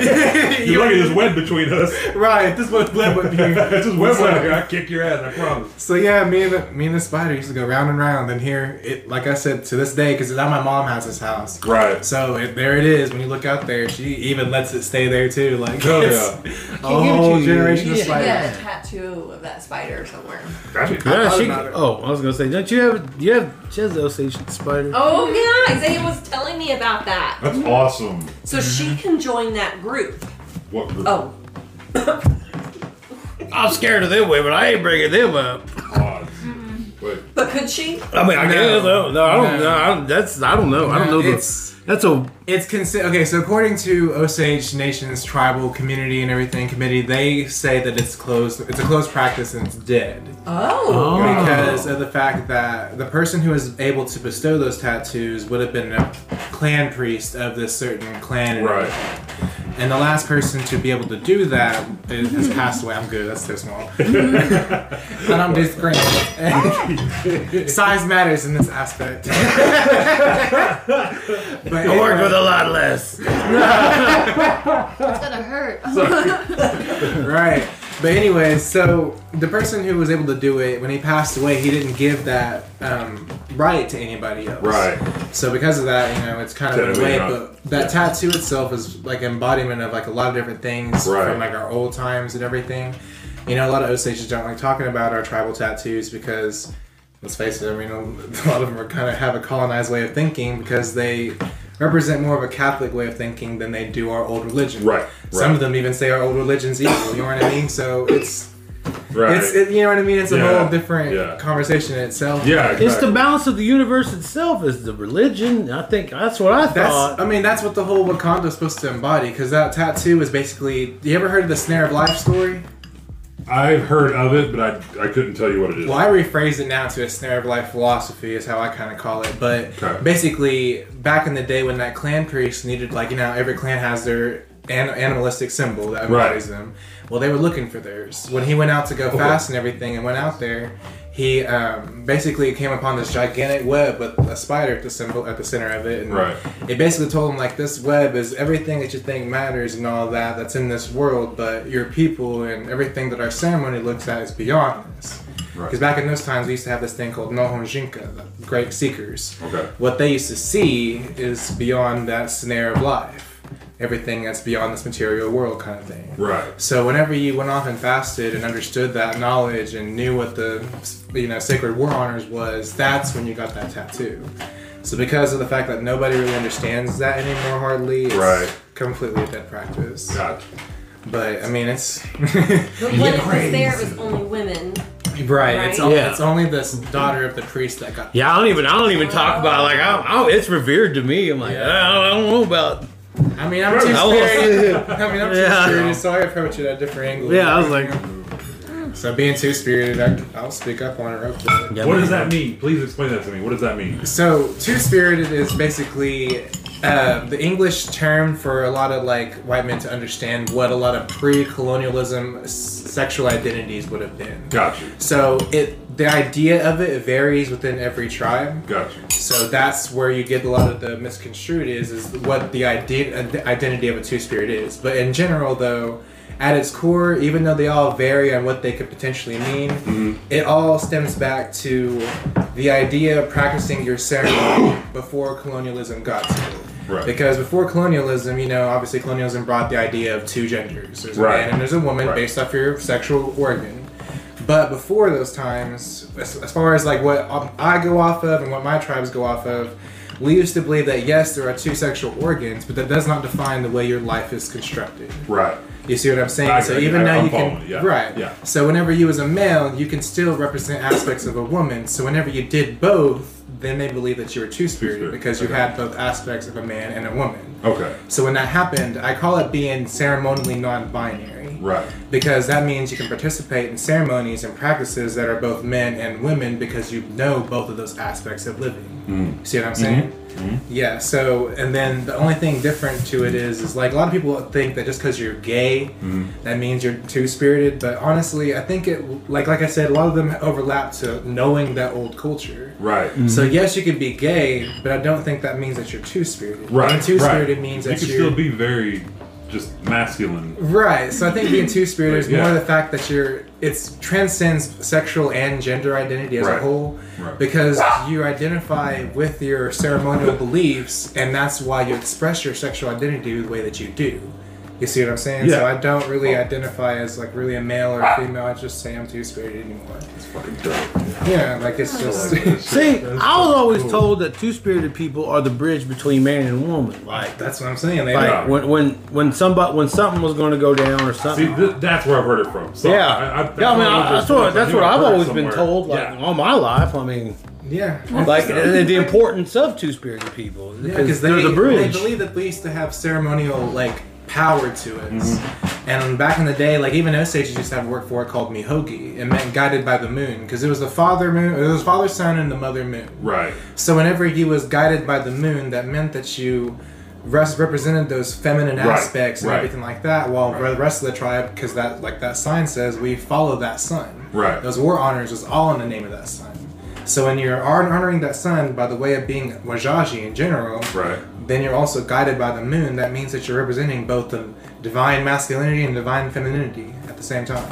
You're like, there's web between us.
right, this one's bled with you.
It's just web right here. I kick your ass, I promise.
So yeah, me and the, me and the spider used to go round and round, and here it, like I said, to this day, because now my mom has this house.
Right.
So it, there it is. When you look out there, she even lets it stay there too. Like
Oh,
it's
yeah.
a whole
you.
generation of
You should
spiders.
get a tattoo of that spider somewhere.
That'd be-
Yeah,
thought
she-
about it.
oh, I was gonna say, don't you have? You have? She has the Osage spider.
Oh yeah, Isaiah was telling me about that.
That's awesome.
So she can join that group.
What group?
Oh,
I'm scared of them women. I ain't bringing them up.
Odds. but
But could she?
I mean, I
No.
guess no, no, I don't
No.
know. I don't, that's I don't know. I don't
No,
know. The,
it's-
that's a
It's consi- okay. So according to Osage Nation's tribal community and everything committee, they say that it's closed. It's a closed practice and it's dead
Oh.
Oh.
because of the fact that the person who was able to bestow those tattoos would have been a clan priest of this certain clan. and
right.
And the last person to be able to do that is, has passed away. I'm good. That's too small. and I'm just great. Size matters in this aspect. but
I worked with a lot less.
It's gonna hurt.
right. But anyway, so the person who was able to do it when he passed away, he didn't give that um, right to anybody else.
Right.
So because of that, you know, it's kind of in a
Technically
way.
not.
But that tattoo itself is like embodiment of like a lot of different things
Right.
from like our old times and everything. You know, a lot of Osages don't like talking about our tribal tattoos because, let's face it, I mean, a lot of them are kind of have a colonized way of thinking because they represent more of a Catholic way of thinking than they do our old religion.
Right,
Some
right.
of them even say our old religion's evil. You know what I mean? So it's
Right.
it's it, you know what I mean. It's a
Yeah,
whole different
yeah.
conversation in itself.
yeah.
It's the
exactly.
balance of the universe itself is the religion. I think that's what I
That's,
thought.
I mean, that's what the whole Wakanda is supposed to embody, because that tattoo is basically. You ever heard of the Snare of Life story?
I've heard of it, but I, I couldn't tell you what it is.
Well, I rephrase it now to a Snare of Life philosophy, is how I kind of call it. But
Okay.
basically, back in the day when that clan priest needed, like, you know, every clan has their an- animalistic symbol that embodies them. Well, they were looking for theirs. When he went out to go fast and everything and went out there, he um, basically came upon this gigantic web with a spider at the symbol at the center of it. And
Right.
It basically told him like this web is everything that you think matters and all that that's in this world, but your people and everything that our ceremony looks at is beyond this.
Right.
Because back in those times, we used to have this thing called Nohonjinka, the great seekers.
Okay.
What they used to see is beyond that snare of life, everything that's beyond this material world kind of thing.
Right.
So whenever you went off and fasted and understood that knowledge and knew what the you know sacred war honors was, that's when you got that tattoo. So because of the fact that nobody really understands that anymore, hardly, it's
Right.
completely a dead practice.
God.
But I mean, it's
But when it was there, it was only women.
right. It's, all,
Yeah.
it's only this daughter of the priest that got.
yeah, I don't even. I don't even talk about like. I, I, it's revered to me. I'm like. I, don't, I don't know about.
I mean, I'm too
I won't
spirited.
say it.
I mean, I'm
Yeah.
too spirited, so I approach it at a different angle.
Yeah, I was like.
So being too spirited, I, I'll speak up on it real quick.
Yeah,
What
man.
does that mean? Please explain that to me. What does that mean?
So two spirited is basically uh, the English term for a lot of like white men to understand what a lot of pre-colonialism s- sexual identities would have been.
Got you.
So it the idea of it varies within every tribe.
Got you.
So that's where you get a lot of the misconstrued is is what the idea identity of a two spirit is. But in general, though, at its core, even though they all vary on what they could potentially mean,
Mm-hmm.
it all stems back to the idea of practicing your ceremony before colonialism got to it.
Right.
Because before colonialism, you know, obviously colonialism brought the idea of two genders. There's a
Right.
man and there's a woman
Right.
based off your sexual organ. But before those times, as, as far as like what um, I go off of and what my tribes go off of, we used to believe that yes, there are two sexual organs, but that does not define the way your life is constructed.
Right.
You see what I'm saying?
I
so
agree.
even
I-
now
I'm
you can
following you. Yeah.
right.
Yeah.
So whenever you as a male, you can still represent aspects of a woman. So whenever you did both, then they believe that you were two spirited
Two-spirit.
because you
Okay.
had both aspects of a man and a woman.
Okay.
So when that happened, I call it being ceremonially non-binary
Right.
because that means you can participate in ceremonies and practices that are both men and women because you know both of those aspects of living. See what I'm saying? Yeah. So, and then the only thing different to it is, is like a lot of people think that just because you're gay, that means you're two spirited. But honestly, I think it, like like I said, a lot of them overlap to knowing that old culture.
Right.
Mm.
So yes, you could be gay, but I don't think that means that you're two spirited.
Right.
Being two spirited
right.
means
you
that
can
you're
still be very just masculine.
Right. So I think being two spirited is
Yeah.
more the fact that you're it's transcends sexual and gender identity as
Right.
a whole.
Right.
Because you identify with your ceremonial beliefs and that's why you express your sexual identity the way that you do. You see what I'm saying?
Yeah. Oh.
So I don't really identify as like really a male or a female. I just say I'm two spirit anymore.
It's fucking dope.
Yeah, like it's just
See, I was always told that two spirited people are the bridge between man and woman. Like,
that's what I'm saying. They
like
Yeah.
when when when somebody when something was going to go down or
See,
something.
th- that's where I've heard it from. So
yeah,
I, I, that's
yeah. I mean,
one of
I,
those
that's what
things I
that's
knew
what
I
I've
heard
always been
somewhere.
told. Like
Yeah.
all my life. I mean,
yeah.
like the, the importance of two spirited people
because
because
they,
they're the
they
bridge.
believe that they used to have ceremonial like power to it. And back in the day, like even Osage used to have a word for it called Mihogi. It meant guided by the moon because it was the father moon, it was father son and the mother moon.
Right.
So whenever he was guided by the moon, that meant that you res- represented those feminine
Right,
aspects and
right.
everything like that. While
Right.
the rest of the tribe, because that like that sign says, we follow that sun.
Right.
Those war honors was all in the name of that sun. So when you're hon- honoring that sun by the way of being Wajaji in general,
Right.
then you're also guided by the moon. That means that you're representing both the divine masculinity and divine femininity at the same time.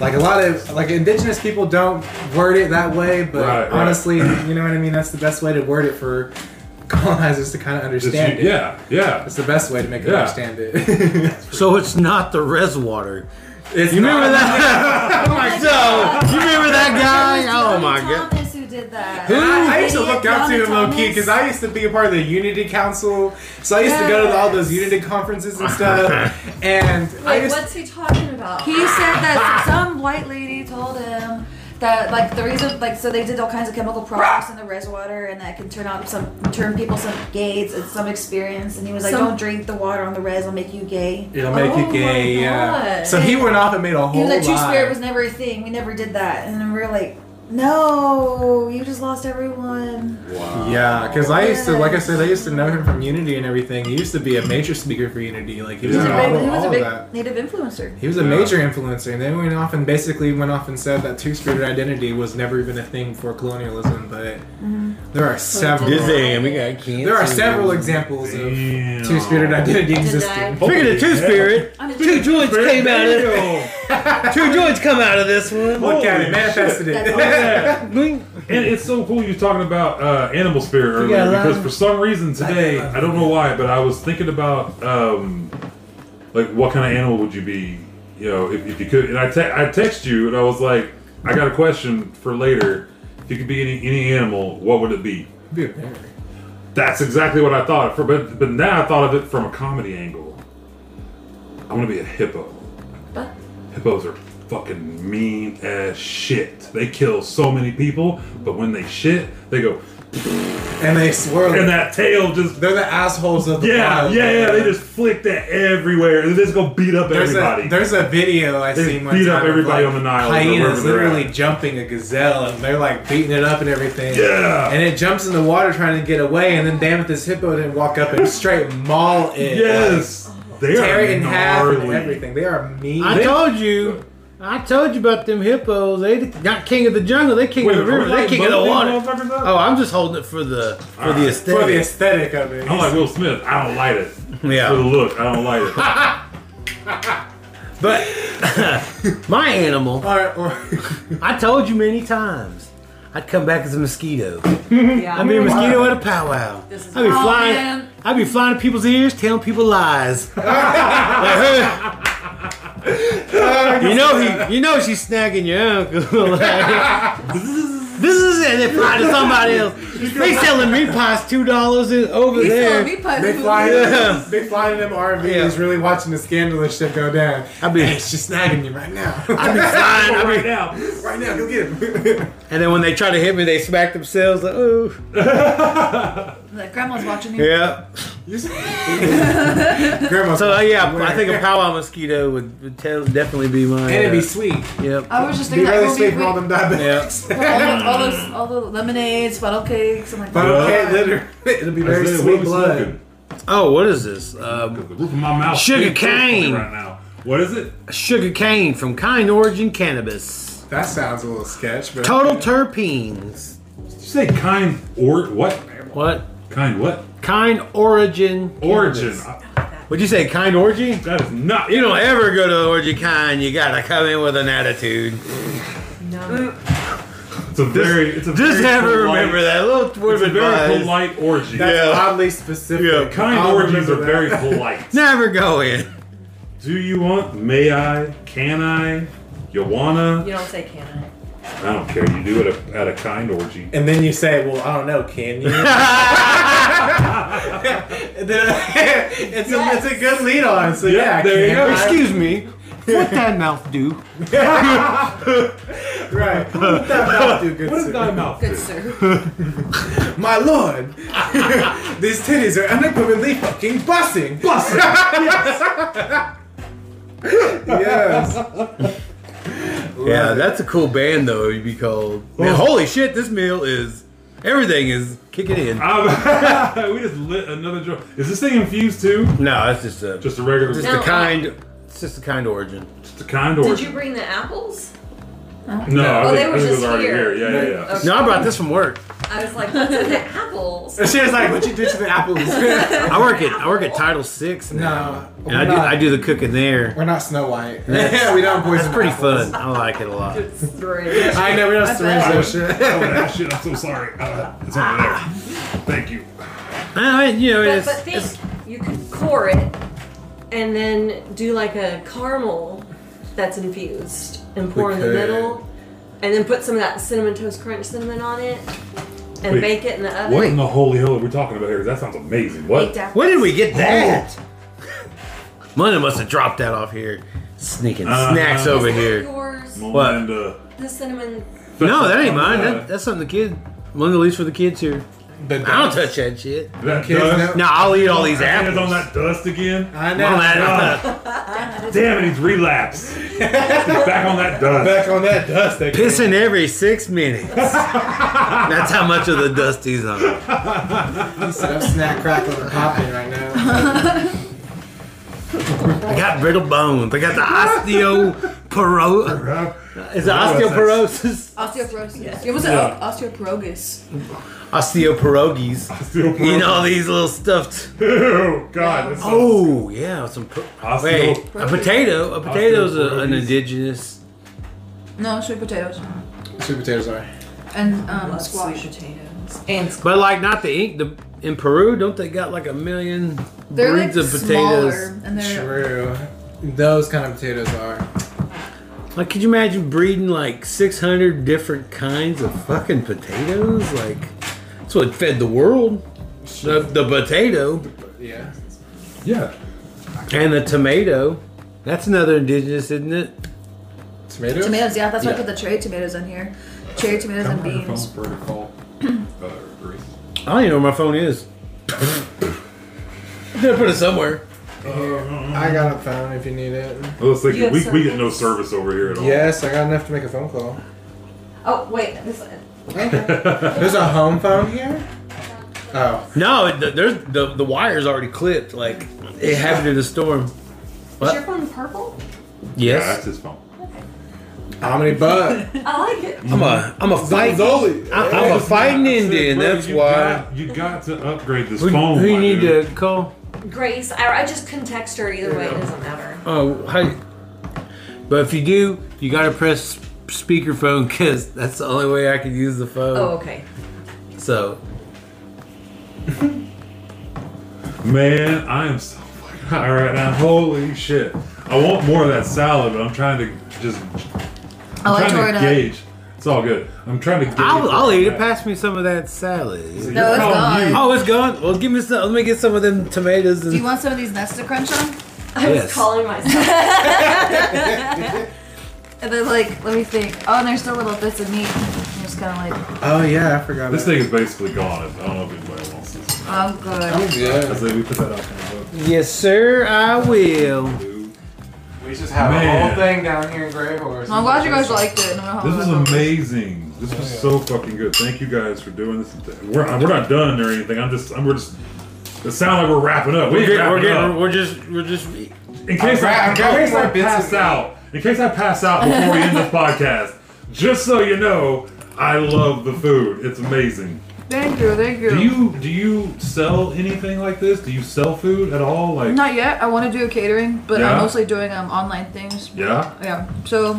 Like a lot of like indigenous people don't word it that way, but
Right, right.
honestly, you know what I mean. That's the best way to word it for colonizers to kind of
Just,
understand it.
yeah. Yeah.
it's the best way to make them
Yeah.
understand it.
so it's not the reservoir.
It's
You remember
not-
that?
Oh my
so you remember that guy? Oh my
god.
god!
Thomas who did that.
Who?
I, I used to look
Idiot
up to him
Donna
low key because
Thomas.
I used to be a part of the Unity Council. So I used to go to all those Unity conferences and stuff. And I
Wait,
used
what's he talking about?
He said that some white lady told him that like the reason like so they did all kinds of chemical products in the reservoir and that can turn out some turn people some gays and some experience and he was like
Some-
don't drink the water on the res will make you gay. Oh
It'll make
Oh
you gay,
my
yeah.
God.
So he went off and made a
He
whole
was like two spirit was
lot.
never a thing we never did that and then we were like no you just lost everyone.
Wow.
Yeah, because I used to, like I said, I used to know him from Unity and everything. He used to be a major speaker for Unity. Like he was
He was
Yeah.
a
involved
big,
in
he was
all
a
of
big
that.
native influencer.
He was a
Yeah.
major influencer, and then went off and basically went off and said that two-spirit identity was never even a thing before colonialism. But
Mm-hmm.
there are several.
Damn, we got cancer.
There are several examples
Damn.
of two-spirit identity existing.
Denied.
Speaking of two spirit,
I'm
two
just-
joints came out of it.
Damn.
Two joints come out of this one.
Look at
Holy
it, manifested
shit.
it.
Yeah.
Boing.
And it's so cool you talking about uh, animal spirit
You
earlier
gotta
because
love-
for some reason today
love
I don't know why, but I was thinking about um, like what kind of animal would you be, you know, if, if you could. And I te- I text you and I was like, I got a question for later. If you could be any any animal, what would it be?
Be a parent.
That's exactly what I thought. For but but now I thought of it from a comedy angle. I'm gonna be a hippo.
What?
Hippos are fucking mean as shit. They kill so many people, but when they shit, they go
And they swirl.
and that tail just
They're the assholes of the
yeah
wild.
yeah yeah. They just flick that everywhere. They just go beat up
There's
everybody.
a, there's a video I
They
seen one
beat
time
up
of,
everybody on
like,
the Nile or
Hyenas
wherever they're
literally
at.
jumping a gazelle and they're like beating it up and everything.
Yeah.
And it jumps in the water trying to get away and then damn it, this hippo didn't walk up and straight maul it.
yes, they
Like,
are
tear it in half
gnarly.
and everything. They are mean.
I told you. I told you about them hippos. They not king of the jungle. They king
Wait,
of the
are we
river. They
lighting
king of the
both
water.
these motherfuckers up?
Oh, I'm just holding it for the for
Alright.
the
for
aesthetic.
the aesthetic of it.
I'm like Will Smith. Oh, I don't like it.
Yeah.
For the look, I don't like it.
But my animal,
Or- or-
I told you many times, I'd come back as a mosquito.
Yeah.
I'd be a mosquito at a powwow. I'd be
This is-
Oh,
flying.
man.
I'd be flying to people's ears, telling people lies. Like, huh, you know he, you know she's snagging your uncle. Like, this is it. They fly to somebody else. They selling meat pies two dollars over
He's
there.
telling me putty.
They fly,
Yeah.
they fly in them RVs,
Yeah.
really watching the scandalous shit go down.
I mean-
hey, she's snagging you right now.
I'd be flying. I'd be-
right now.
right now, go get him.
and then when they try to hit me, they smack themselves. Like, oh,
Like, grandma's watching you.
yeah.
You s- Grandma's
So uh, yeah,
Where?
I think a powwow mosquito would, would tell, definitely be my.
And it'd be
uh,
sweet.
Yep.
I was just "Oh,
Be
thinking that
really
would be
sweet for all
weird.
them diabetics.
all, the, all those all the lemonades, funnel cakes, I'm like, "Oh,
But okay,
God.
later. It'll be very
Isaiah, what are
sweet
we
blood.
smoking?
Oh, what is this? Um,
The roof of my mouth.
Sugar
is
cane.
right now. What is it?
sugar cane from Kind Origin Cannabis.
That sounds a little sketch, but
Total terpenes.
Did you say kind or what?
What?
Kind what?
Kind Origin.
Origin.
Cannabis. What'd you say? Kind Orgy?
That is not.
You don't ever go to Orgy Kind. You gotta come in with an attitude.
No.
It's a very. It's a
Just
very
ever
polite-
remember that little word
It's a
of
very
advice.
polite orgy.
that's
Yeah.
oddly specific.
Yeah,
Kind
I'll
orgies are
remember
very
that.
polite.
Never go in.
Do you want? May I? Can I? You wanna?
You don't say can I?
I don't care. You do it at a, at a kind orgy.
And then you say, "Well, I don't know, can you?" And then- it's, a, it's a good lead on. So yeah, I
there you
can.
go.
Excuse-
me. What that mouth do?
right. What that mouth do, good
What is
sir?
thy mouth?
Good
do?
sir.
My lord, these titties are unequivocally fucking busting. Busting. yes.
Yeah, that's a cool band though. You'd be called. Man, holy shit! This meal is everything is kicking in.
Um, we just lit another joint. Is this thing infused too?
No, it's just a just,
Just a regular, just,
No.
a kind. It's just a kind origin.
a kind orgy.
Did you bring the apples?
no, I
Oh,
think,
they were
I think it was
just
already here.
here.
Yeah, yeah, yeah.
Okay.
No, I brought this from work.
I was like, what's in the apples?
She was like, "What you do to the apples?"
I work at I work at Title Six now,
no,
and I do I do the cooking there.
We're not Snow White. Yeah, we don't poison.
It's pretty
apples.
fun. I like it a lot.
Three.
I know we don't syringe
I
that
was,
shit.
oh, that shit, I'm so sorry. Uh, it's over there. Thank you.
Uh, I, you know,
But,
it's,
but think, you could core it and then do like a caramel that's infused and pour
We
in the
could.
middle and then put some of that cinnamon toast crunch cinnamon on it and
Wait.
bake it in the oven.
What in the holy hell are we talking about here? That sounds amazing. What?
Baked apples.
where did we get that? Mona must have dropped that off here, sneaking
Uh,
snacks
uh,
over
Is that
here.
Yours,
What?
And, uh,
the cinnamon.
No, that ain't mine.
Uh,
That, that's something the kid. One of the least for the kids here.
The
I don't touch that shit.
that
Kids
dust.
know-
No, I'll eat all these
My hands
apples.
on that dust again.
I know.
On that,
Damn it, he's relapsed. he's back on that dust.
Back on that dust. They
pissing every six minutes. That's how much of the dust he's on.
Set up snack crackle and popping right now.
I got brittle bones. I got the osteoporosis.
Uh,
Is it osteoporosis?
Osteoporosis.
Osteoporosis. It was
Yeah.
o- osteoporosis.
Osteoporogies.
Still
You know all these little stuffed.
Ew, God. that's so-
Oh yeah, some. Po-
Osteo-
Wait, a potato. A potato's a, an
Osteoporogies.
indigenous.
No, sweet potatoes
Sweet potatoes are.
and um,
Love
squash.
sweet potatoes and squash.
But like not the ink. The in Peru, don't they got like a million
They're like
breeds of potatoes?
smaller and they're
True. Those kind of potatoes are.
Like, could you imagine breeding like 600 different kinds of fucking potatoes? Like, that's what fed the world. The, the potato
Yeah.
Yeah.
and the tomato. That's another indigenous, isn't it?
Tomatoes.
tomatoes. Yeah, that's why I
Yeah.
put the cherry tomatoes in here. Cherry tomatoes and beans.
vertical. Uh, Reese.
I don't even know where my phone is. I put it somewhere.
I got a phone if you need it.
Well, let's think,
You have
we, we get no
service?
service over here at all.
Yes, I got enough to make a phone call.
Oh wait, this.
There's a home phone here. Oh,
No, it- the, there's the the wire's already clipped. Like it happened in the storm.
Is
What?
your phone purple?
Yeah,
Yes,
that's his phone.
how many bucks?
I like it.
I'm a I'm a fighting
Zoli.
I- I'm a fighting Indian.
Brother,
That's
you
why.
got- you got to upgrade this
Who,
phone.
who you
my
need
dude.
to call?
Grace, I, I just couldn't text her either way. It doesn't matter.
Oh, hi. But if you do, you gotta press speakerphone because that's the only way I can use the phone.
Oh okay.
So
Man, I am so fucking high right now. Holy shit! I want more of that salad, but I'm trying to just.
Oh, I
I'm
tore
trying to
it up.
gauge. It's all good. I'm trying to gauge.
I'll,
where
I'll
I'm
eat it.
at.
Pass me some of that salad.
No,
You're
it's
calling
gone.
you.
Oh, it's gone. Well, give me some. Let me get some of them tomatoes.
Do you
And,
want some of these nuts to crunch on?
I
Yes.
was calling myself.
And they're like, let me think. Oh, and there's still little bits of meat. I'm just kind of like,
Oh yeah, I forgot.
This
about-
thing is basically gone. I don't know if anybody wants this.
oh, good.
I'm
I
good.
say we put that out there.
yes, sir. I will.
but- Dude,
We just have
a Man. whole
thing down here in Gray Horse.
Well, I'm glad you guys liked it. No matter how
This
much
was
I love it.
amazing. This was so fucking good. Thank you guys for doing this. We're, we're not done or anything. I'm just. I'm, we're just. It sounds like we're wrapping up. We
We're,
ain't
getting, we're,
wrapping up.
getting, we're just we're just.
In case I,
I'm
in
grabbing
case I
more bits
pass
of it.
out, in case I pass out before we end this podcast, just so you know, I love the food. It's amazing.
Thank you, thank you.
Do you do you sell anything like this? Do you sell food at all? Like
Not yet. I want to do catering, but
Yeah?
I'm mostly doing um, online things.
yeah,
Yeah. So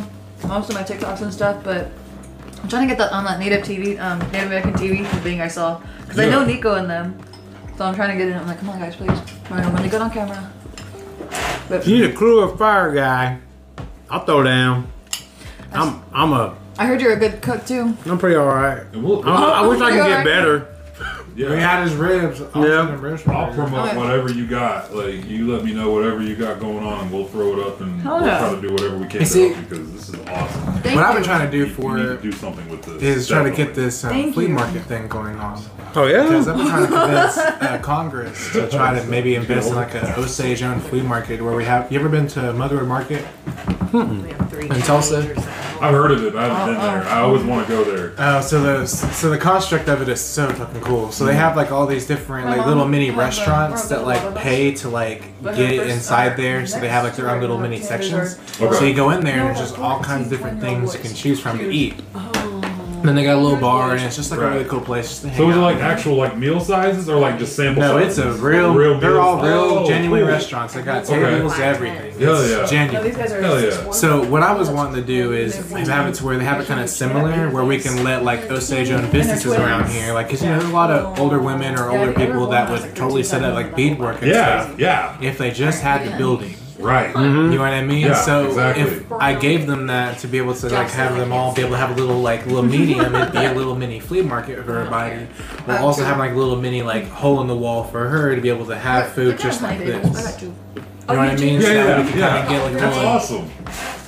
most of my TikToks and stuff, but I'm trying to get that on that native TV, um, Native American TV thing I saw because I know
Yeah.
Nico and them. So I'm trying to get in. I'm like, come on, guys, please. All right, I'm gonna get on camera. But
You need a crew of fire guy. I'll throw down. I'm I'm a
I heard you're a good cook too.
I'm pretty all right.
And we'll,
I,
Uh-huh.
I wish I could get better.
yeah,
We had his ribs. I'll
Yeah.
send him ribs
I'll
for you.
promote
Okay.
whatever you got. Like you let me know whatever you got going on, and we'll throw it up and
Hell
we'll
yeah.
try to do whatever we can
You
to
see-
help you because this is awesome.
Thank
What I've
you.
been trying to do
You, you need to
for
do something with this.
is trying to get
definitely.
this um,
Thank
flea
you.
market thing going on.
Oh
Because
yeah.
I've been trying to convince uh, Congress to try to maybe invest in like a Osage-owned flea market where we have. You ever been to Motherwood Market?
We have three
In Tulsa?
teenagers now.
I've heard of it, but I
Oh,
haven't been there. I always want to go there.
Uh, so the so the construct of it is so fucking cool. So
Mm.
they have like all these different like little mini restaurants that like pay to like get inside there. So they have like their own little mini sections. So you go in there and there's just all kinds of different things you can choose from to eat.
Oh.
Then they got a little bar and it's just like a really cool place just to hang
So is it
out.
like actual like meal sizes or like just sample?
No, it's
sizes?
a real,
real.
they're
meal
all
size.
real,
Oh,
genuine
cool.
restaurants. They got
Okay.
tables, everything.
Hell
It's
yeah.
Oh,
No, these
genuine.
guys are
Hell yeah.
six, one.
So what I was wanting to do is have it to where they have it kind of similar, where we can let like Osage-owned businesses around here, like 'cause you know there's a lot of older women or older people that would totally set up like beadwork and
Yeah,
stuff
yeah,
if they just had the building.
right.
Mm-hmm.
You know what I mean?
Yeah,
so
exactly.
if I gave them that to be able to like have them all be able to have a little like little medium and be a little mini flea market for everybody, we'll also have like a little mini like hole in the wall for her to be able to have food just like this. You know what I mean?
Yeah,
So that we
yeah,
can
yeah.
kinda get like a
That's
little
awesome.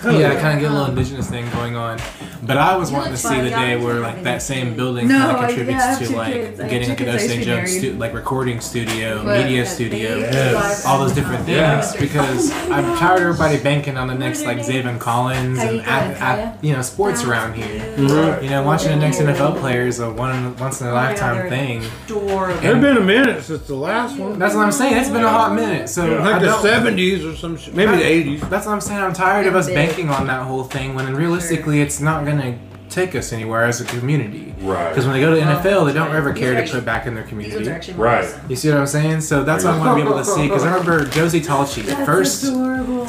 Hell
yeah, kind of get a little indigenous thing going on. But I was wanting to see the day where like that same building
No,
kind
I-
of contributes
yeah, I have
to
two
like
kids. I have
getting
two
like an
kids. I used to
Osage
be
owned
married.
stu- like recording studio,
But-
media studio,
Yes.
all those different things.
Yeah.
Because I'm tired of everybody banking on the next like Zayvon Collins
How you
and
doing,
at,
Kaya?
at, you know sports around here.
Right.
You know, watching the next NFL player is a one once in a lifetime thing.
Adorable.
It's been a minute since the last one.
That's what I'm saying. It's been a hot minute. So
Yeah.
I
Like the
don't-
seventies or some shit. Maybe the eighties.
Uh, That's what I'm saying. I'm tired of us
Big.
banking on that whole thing when realistically it's not going to take us anywhere as a community.
Right.
Because when they go to NFL, they don't ever
These
care
are
to put back in their community.
Right.
You see what I'm saying? So that's what I want to be able to see. Because I remember Josie Talchi, the first,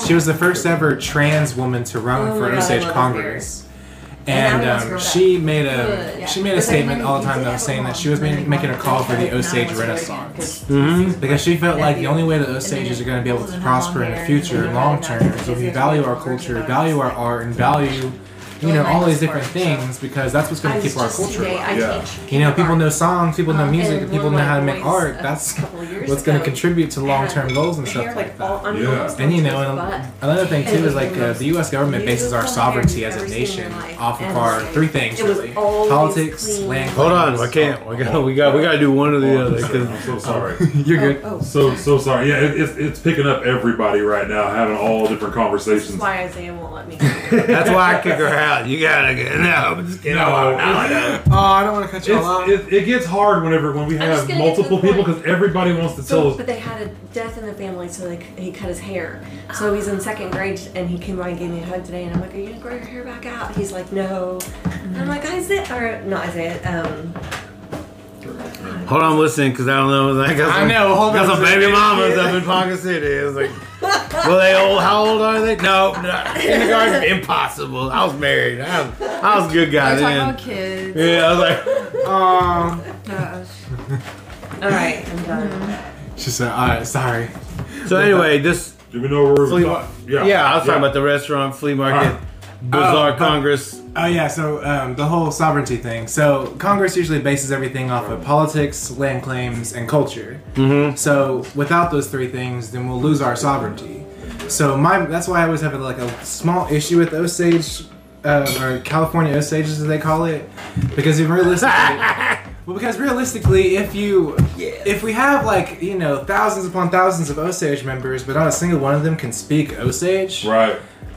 she was the first ever trans woman to run
Oh
for
my God, I
Osage
love
Congress.
And
And
now we must
um,
grow back.
she made a
Good, yeah.
she made a
Because I
statement
know
all
you
the time
did
that
have
was
a
saying
mom
that she was
really
making, making a
wanted
call
to
for the
help, and I
Osage
was very
Renaissance.
Mm-hmm.
Because she felt like the only way the
And
Osages
then
are going to be able
it
to
wasn't
prosper in
long
the
hair,
future
and
and
then
long
I
term
got
is if we
this
value
other
our
culture
culture,
about
value our
us.
art, and value, you know,
Well,
all these
that's
different
part of it.
things because that's what's going
I
to
was
keep our
just
culture
today,
alive.
I
Yeah.
teach
You know, people
kindergarten.
know songs, people know
Um,
music,
and
people
one of
know
my
how to make
boys,
art.
uh,
That's
a couple of years
what's going to
ago
contribute to long term goals and stuff
hair,
like
all-
that.
I'm
Yeah.
almost
And you
up to
know,
his
and
butt.
another thing too
And
is
it
like uh,
was-
the U.S. government
you
bases
just
our
don't
sovereignty
have
as a
every single
nation
life
off of
as
our
a-
three things
It was
really:
always
politics,
clean.
land.
Hold on, I can't. We got we got we gotta do one or the other.
I'm
'cause-
so sorry.
You're good.
So so sorry. Yeah, it, it's it's picking up everybody right now, having all different
That's
conversations.
why Isaiah won't let me. go.
that's why I kick her out. You gotta get no. I'm just kidding.
No,
I know.
Oh, I don't want to cut you off.
It's, it, it gets hard whenever when we
just
have
gonna get to
multiple
the
people
point.
because everybody wants to tell
So,
us.
but they had a death in the family, so like he cut his hair.
Oh.
So he's in second grade, and he came by and gave me a hug today, and I'm like, "Are you gonna grow your hair back out?" He's like, "No." And I'm like, "Isaiah, or not Isaiah? Um,
Hold on, I'm listening because I don't know. I, got
I
some,
know, hold
got
on.
some baby mamas up in Ponca City. It's like, well, they old. How old are they? No, no kindergarten, impossible. I was married. I was, I was a good guy
We're talking about
then.
kids.
Yeah, I was like,
Aw.
Gosh.
all right, I'm done.
She said, "All right, sorry."
so anyway, this
Do we know where we're
flea
talking?
market. Yeah, Uh-huh. I was talking about the restaurant, flea market,
Alright.
bazaar,
Oh,
congress.
Oh yeah, so um, the whole sovereignty thing. So Congress usually bases everything off of politics, land claims, and culture. Mm-hmm. So without those three things, then we'll lose our sovereignty. So my that's why I always have like a small issue with Osage um, or California Osages as they call it, because even realistically. Well, because realistically, if you if we have like you know thousands upon thousands of Osage members, but not a single one of them can speak Osage,
Right,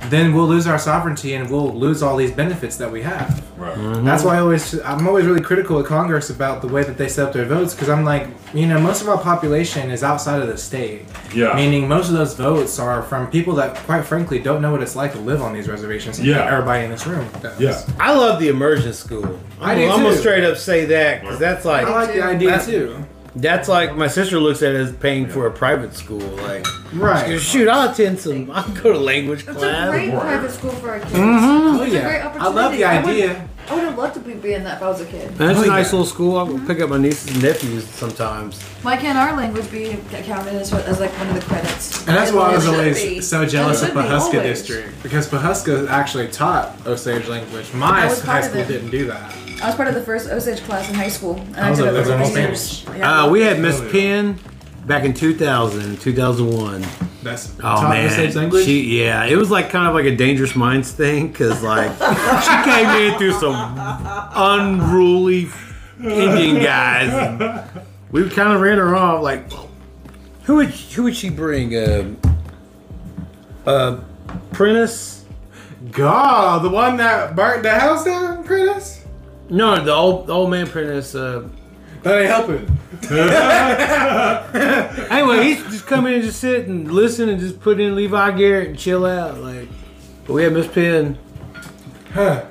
then we'll lose our sovereignty and we'll lose all these benefits that we have.
right.
Mm-hmm.
That's why I always I'm always really critical of Congress about the way that they set up their votes because I'm like, you know, most of our population is outside of the state.
Yeah.
Meaning most of those votes are from people that quite frankly don't know what it's like to live on these reservations. and
Yeah.
Everybody in this room does.
Yeah.
I love the immersion school.
I
I'm,
do
I'm gonna
too.
straight up say that because that's like
I like the idea
That's-
too.
that's like my sister looks at it as paying for a private school. Like,
Right.
shoot, I'll attend some. I'll go to language
It's a
class.
great
Wow.
private school for our kids.
Oh
It's a great
yeah. I love the
opportunity. I would-
idea.
I would have love to be, be in that if I was a kid.
That's
Oh,
a
yeah.
nice little school. I'll pick up my nieces and nephews sometimes.
Why can't our language be counted as, what- as like one of the credits?
And that's why I was
It should be.
always so jealous of
It should be,
Pahuska
always.
District because Pahuska actually taught Osage language. My
I was
high
part of
school
it.
didn't do that.
I was part of the first Osage class in high school. And
I was a-
did it
that's
for
almost
years.
Spanish.
Yeah.
Uh, we had Miss
yeah.
Penn back in 2000, 2001.
That's
Oh
taught Osage
man,
language.
she yeah, it was like kind of like a dangerous minds thing because like she came in through some unruly Indian guys. We kind of ran her off. Like, who would who would she bring? Uh, uh, Prentice?
God, the one that burnt the house down, Prentice.
No, the old the old man Prentice. Uh,
That ain't helping.
anyway, he's just come in and just sit and listen and just put in Levi Garrett and chill out. Like, but we had Miss Penn.
Huh.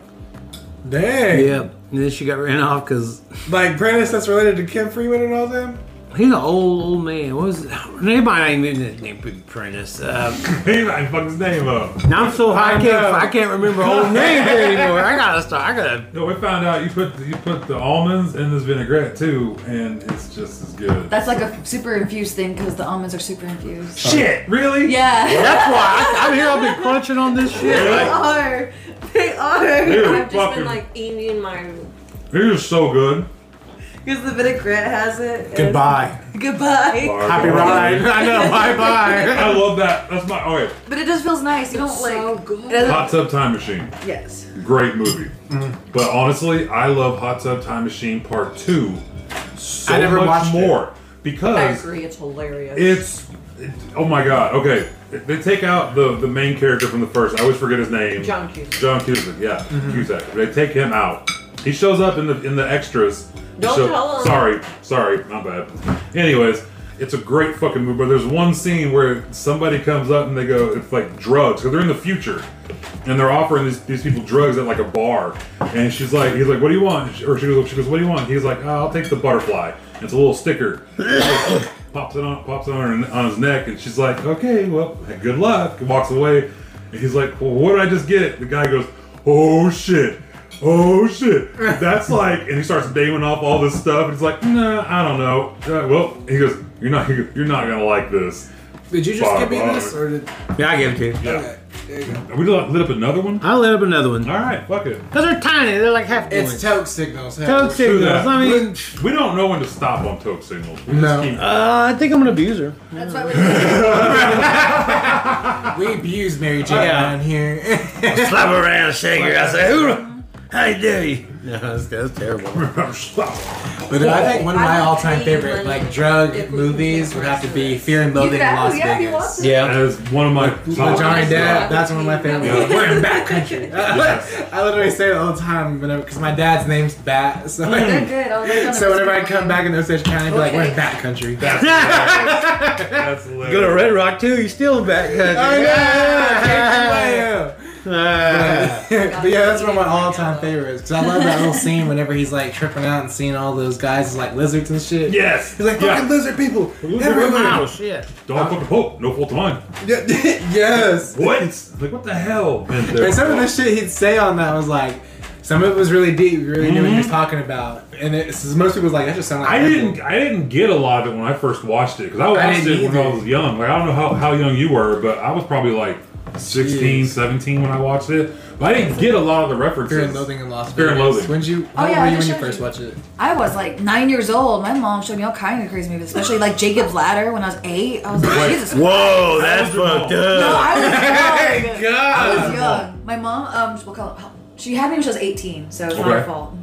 Dang.
Yep. And then she got ran off because
Like Prentice, that's related to Kim Freeman and all them.
He's an old old man. What was anybody ain't even his name Prentice? Uh,
He might fuck his name up.
now I'm so high I
I
can't
know.
I can't remember old names anymore. I gotta start. I gotta.
No, we found out you put you put the almonds in this vinaigrette too, and it's just as good.
That's like a super infused thing because the almonds are super infused.
Shit, really?
Yeah.
That's why I, I'm here. I've been crunching on this shit.
Yeah.
They are. They
They
are.
were
I've just
fucking-
been like eating my.
These are so good.
Because the vinaigrette has it. and-
Goodbye.
Goodbye.
Happy ride. I know. Bye bye.
I love that. That's my okay.
But it just feels nice. You don't
It's
like.
so good.
It doesn't-
Hot tub time machine.
yes.
Great movie. But honestly, I love Hot Tub Time Machine Part Two so
I never
much
watched it.
more
I
because
agree, it's hilarious.
it's it- oh my god. Okay, they take out the the main character from the first. I always forget his name.
John Cusack. Mm-hmm.
John Cusack. Yeah, Cusack. They take him out. He shows up in the in the extras.
Don't
So-
tell him.
Sorry, sorry, my bad. Anyways, it's a great fucking movie. But there's one scene where somebody comes up and they go, it's like drugs. Because they're in the future, and they're offering these, these people drugs at like a bar. And she's like, he's like, what do you want? Or she goes, she goes, what do you want? He's like, oh, I'll take the butterfly. And it's a little sticker. pops it on, pops it on her on his neck, and she's like, okay, well, good luck. And walks away. And he's like, well, what did I just get? The guy goes, oh shit. Oh shit! That's like, and he starts naming off all this stuff. And he's like, "Nah, I don't know." Uh, well, he goes, "You're not, you're not gonna like this."
Did you just
Bye
give me
bye.
this, or did?
Yeah, I gave it to you.
Yeah. Are we lit lit up another one?
I lit up another one.
All right, fuck it.
Cause they're tiny. They're like half.
It's
It's
toke signals.
toad signals.
that.
I mean,
We don't know when to stop on toke signals. We
No.
Just keep,
uh, I think I'm an abuser.
That's why we.
We abuse Mary Jane
Yeah.
around here.
Slap around, shake her. I say, who? How dare you? No, that's, that's terrible.
But then I think one of my
I
all time
hate
favorite
when-
like drug
if we
movies
can
would
get
have to be
rest of
Fear and Loathing
You
in
can-
Las
oh, yeah, if you want
Vegas.
to.
Yeah.
as one of my
With
top-
Johnny
Yeah.
Depp, that's one of my favorite movies. We're in back country. I literally say it all the time whenever, because my dad's name's Bat, so
They're good. Oh, they're gonna
so whenever I come back in Osage County, I'd be like, we're in
Okay.
Bat country.
That's
Go to
hilarious.
Red Rock too. You still back uh,
I
country.
know, take it away.
Ah.
but yeah, that's one of my all-time favorites because I love that little scene whenever he's like tripping out and seeing all those guys like lizards and shit.
Yes.
he's like fucking
yeah.
lizard people
Lizard
Oh
everywhere.
shit.
Don't fucking hope. No fault of mine.
Yeah, yes.
What? It's like what the hell? And
And some of the shit he'd say on that was like, some of it was really deep. You really knew what he was talking about. And it's, most people was like, that just sounds like
Mm-hmm. I
Apple."
didn't. I didn't get a lot of it when I first watched it because I watched it
didn't
when I
either.
was young. Like I don't know how, how young you were, but I was probably like 16,
Jeez.
17 when I watched it. But I didn't get a lot of the references.
Fear and Loathing in Las
Fear and
Vegas.
Loathing.
When'd you?
Oh,
How old
yeah, I
were you when
just
you
showed
first
you.
watched it?
I was like nine years old. My mom showed me all kinds of crazy movies, especially like Jacob's Ladder when I was eight. I was like, Jesus. Christ.
Whoa,
that's fucked up.
No, I was young. I
God.
was young. My mom, um, we'll call it, she had me when she was 18, so it's not
Okay.
her fault.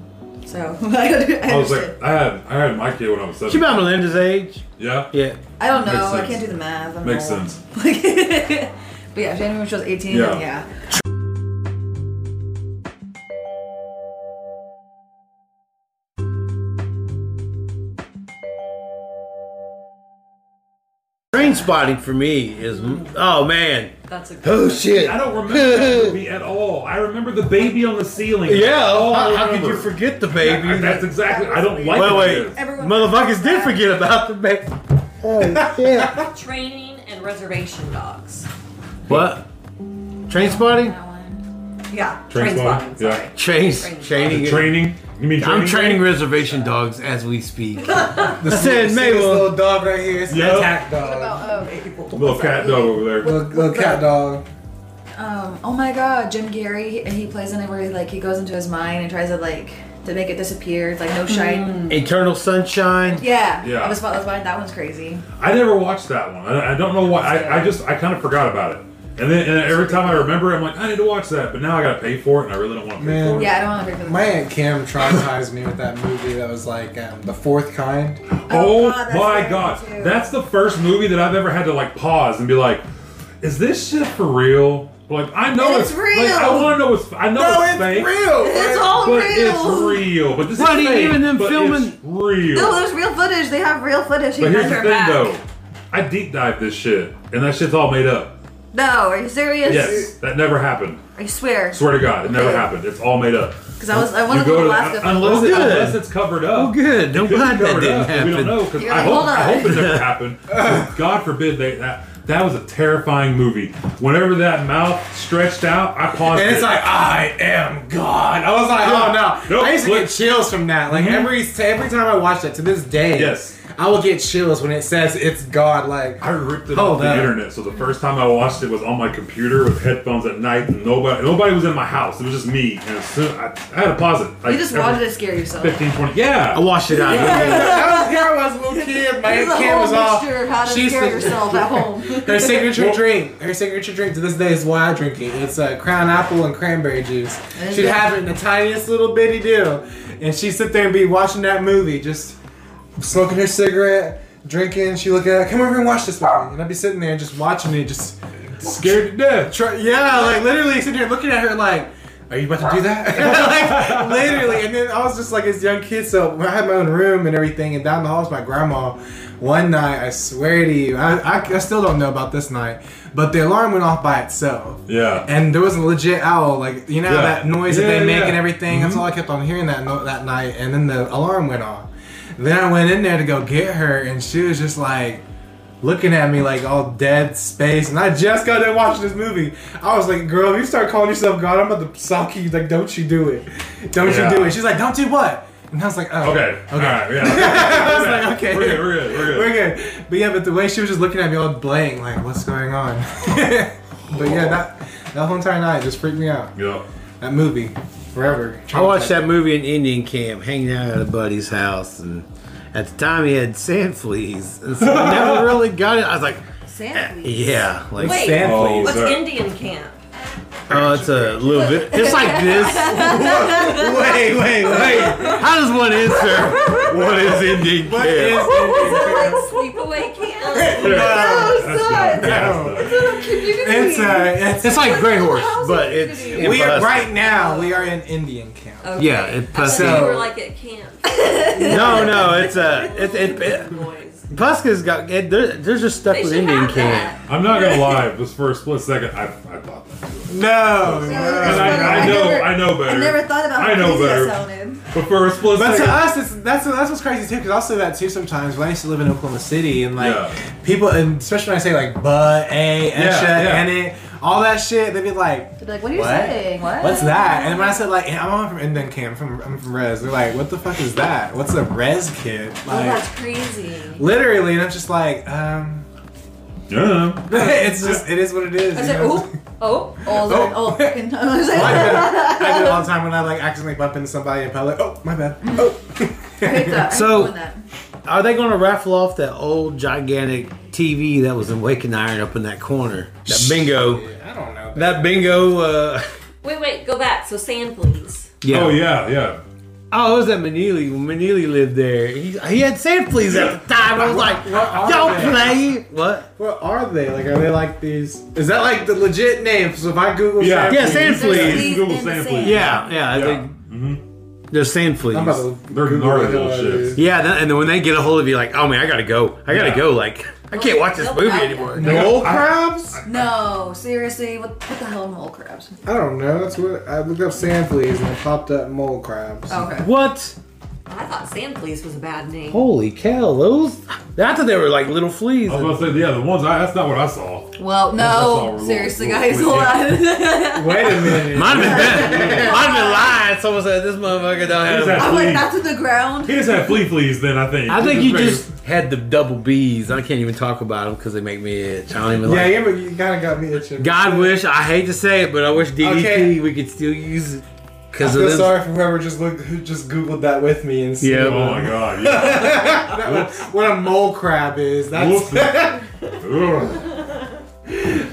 So I, under- I
I was
understand.
like, I had I had my kid when I was
She
seven.
about Melinda's age.
Yeah,
Yeah.
I don't
Makes
know. I
sense.
can't do the math. I'm
makes
old.
sense.
Like, but yeah, she had me when she was 18.
Yeah.
Yeah. yeah.
Train spotting for me is oh man.
That's a good
Oh shit.
I don't remember that movie at all. I remember the baby on the ceiling.
Yeah. oh,
That's all I
how, how could
remember.
you forget the baby?
That's exactly. I don't like.
Wait,
it.
wait.
Everyone-
Motherfuckers did forget about the baby. Oh,
Training and reservation dogs.
What? Train spotting?
That one. Yeah.
Train spotting.
spotting,
Yeah.
sorry.
Trace, training.
Training. You mean training?
I'm training reservation dogs as we speak.
The
Sid Mabel.
little dog right here. It's the
Yep.
cat
Oh,
dog.
About,
Little cat dog over there.
Little, little cat dog.
um, oh my god, Jim Gary, he, he plays in it where he, like, he goes into his mind and tries to, like, to make it disappear. It's like no shine.
Mm. Eternal Sunshine.
Yeah.
Yeah.
Of a Spotless Mind. That one's crazy.
I never watched that one. I, I don't know why. I, I just I kind of forgot about it. And then and every time I remember, it, I'm like, I need to watch that. But now I gotta pay for it, and I really don't want to pay
Man.
for it.
Yeah, I don't want to agree for
My
that.
aunt Kim traumatized me with that movie that was like um, the fourth kind.
Oh,
Oh, God, that's
my
scary,
god,
too.
that's the first movie that I've ever had to like pause and be like, "Is this shit for real?" Like I know
It's
it's, Like, I
real.
want to know it's I know it's, fake,
It's
Oh, real.
all
but
real.
it's real. But this
Not
is
even-
fake,
even them
but
filming-
It's real.
No, there's real footage. They have real footage. He
but here's
has
the
her
thing,
back.
though. I deep dived this shit, and that shit's all made up.
No, are you serious?
Yes, that never happened.
I swear.
Swear to God, it never happened. It's all made up.
Because I was, I
You
wanted to
go
go
to
Alaska. for-
unless,
Well,
it,
good.
unless it's covered up.
Well, Oh, good. I'm
It could be
glad that
covered
didn't
up, but We don't
happen.
know because
You're
I,
like,
hope,
hold
I
on.
hope it never happened. God forbid they, that that was a terrifying movie. Whenever that mouth stretched out, I paused.
And it's
it.
like I am God. I was like, oh no!
Nope.
I used to
Look.
get chills from that. Like
Mhm.
every every time I watch that to this day,
Yes.
I will get chills when it says it's God. Like
I ripped it
Hold
off the
up.
internet. So the first time I watched it was on my computer with headphones at night, and nobody nobody was in my house. It was just me. And as soon, I, I had to pause it. Like,
you just
every
wanted to scare yourself.
15, 20. Yeah.
I washed it out.
I was here, I was a little kid. My
There's a
aunt Kim was
whole
all.
mixture of how to
she's
scare
the-
yourself at home.
Her signature
Well-
drink, her signature drink to this day is why I drink it. It's uh, crown apple and cranberry juice.
Is
She'd
it?
have it in the tiniest little bitty deal, and she'd sit there and be watching that movie, just smoking her cigarette, drinking. She look at, come over and watch this movie, and I'd be sitting there just watching it, just
Scared to death.
try, yeah, like literally sitting here looking at her like. Are you about to do that? like literally, and then I was just like this young kid. So when I had my own room and everything, and down the hall was my grandma. One night, I swear to you, I, I, I still don't know about this night, but the alarm went off by itself.
Yeah.
And there was a legit owl, like you know
Yeah.
that noise that
Yeah,
they make
yeah. Mm-hmm.
and everything. That's all I kept on hearing that no- that night. And then the alarm went off. Then I went in there to go get her, and she was just like looking at me like all dead space. And I just got done watching this movie. I was like, "Girl, if you start calling yourself God, I'm about to sock you." Like, don't you do it? Don't
Yeah.
you do it? She's like, "Don't do what?" And I was like, "Oh,
Okay.
okay."
All right. Yeah.
I was like, "Okay."
We're good. We're good. We're good.
We're good. But yeah, but the way she was just looking at me all blank, like, what's going on? but yeah, that that whole entire night just freaked me out.
Yeah.
That movie, forever.
I watched that movie in Indian camp, hanging out at a buddy's house, and at the time he had sand fleas, and so I never really got it. I was like,
Sand fleas.
yeah, like
Wait.
Sand
Oh,
Fleas.
What's
Is that-
Indian camp?
oh, it's a little bit. It's like this.
wait, wait, wait.
How does one answer? What is Indian
What
camp?
is
Is it like sleepaway camp?
No.
That's
sorry.
good. Yeah, that's good.
It's uh, it's,
It's like Grey Horse, but it's
we are
plus-
right now. We are in Indian camp.
Okay.
Yeah, it
I
plus.
thought you
So-
were like at camp.
No, no, it's a it, it, it
Boys.
Puska's got it, they're, they're just stuck
They
with
should
Indian
have
camp.
I'm not gonna lie. Just for a split second, I, I thought that. Too.
No.
And
That's funny.
I, I
I
know.
never-
I know
I
better.
never thought about how
I know
crazy
better.
that sounded.
But for a split
But to
second,
us, it's, that's that's what's crazy too. Because I'll say that too sometimes. When I used to live in Oklahoma City, and like
Yeah.
people, and especially when I say like "but," "a," "extra,"
yeah.
"and it," all that shit, they'd be like,
They'd be like, what are you
What?
saying? What?
"What's that?" And when I said like, "I'm not from Indian Camp, I'm from, I'm from Res," they're like, "What the fuck is that? What's a Res kid?" Like,
Oh, that's crazy.
literally, and I'm just like, um,
yeah.
it's just it is what it is.
I
you
said,
know?
oh, oh, oh, oh, oh, fucking. I was like,
I do, it- I do it all the time when I like accidentally bump into somebody in public. Oh, my bad. Oh.
hate that. Mm-hmm. I
So-
hate doing that.
Are they going to raffle off that old gigantic TV that was in Wake and Iron up in that corner? That bingo.
Yeah, I don't know.
That bingo, uh,
Wait, wait, go back. So sand, please.
yeah.
Oh yeah, yeah.
Oh, it was at Manili. When Manili lived there, he, he had sand fleas at the time. I was like,
What are
don't
they?
play. What?
What are they? Like, are they like these? Is that like the legit name? So if I Google
Yeah.
Sand
Yeah,
Fleas-
sand
You
fleas.
can
Please
Google
and the
sand,
sand.
please.
Yeah, yeah. I
Yeah.
think they're sand fleas.
I'm about to
They're
Google
gnarly
the
little
hell out of
shits.
these.
Yeah, that, and then when they get a hold of you, like, oh man, I gotta go. I gotta
Yeah.
go. Like, I can't watch this
Nope,
movie
I-
anymore.
They got-
Mole
I-
crabs?
No, seriously, what, what the hell are mole crabs? Oh.
I don't know. That's what I looked up sand fleas and it popped up mole crabs.
Okay.
What?
I thought sand fleas was a bad name.
Holy cow, those! I thought they were like little fleas.
Oh,
I was gonna say, yeah, the ones I, that's not what I saw.
Well,
all
no,
we're-
seriously,
we're-
guys,
we're-
hold on.
Wait a minute.
Might have been better. Might have been lying. Someone said this motherfucker don't
He
have.
just had
I'm
flea,
like, that's in the ground.
he just had flea fleas then, I think.
I
He
think you
regular-
just had the double B's. I can't even talk about them because they make me itch. I don't even
Yeah,
like.
you, you kind of got me itching.
God wish I hate to say it, but I wish DDT
Okay.
we could still use it
I
because of
feel
this.
sorry for whoever just looked, who just googled that with me and see
Yeah.
Oh my god, yeah.
that what, what a mole crab is. That's
Whoopsie. Ugh.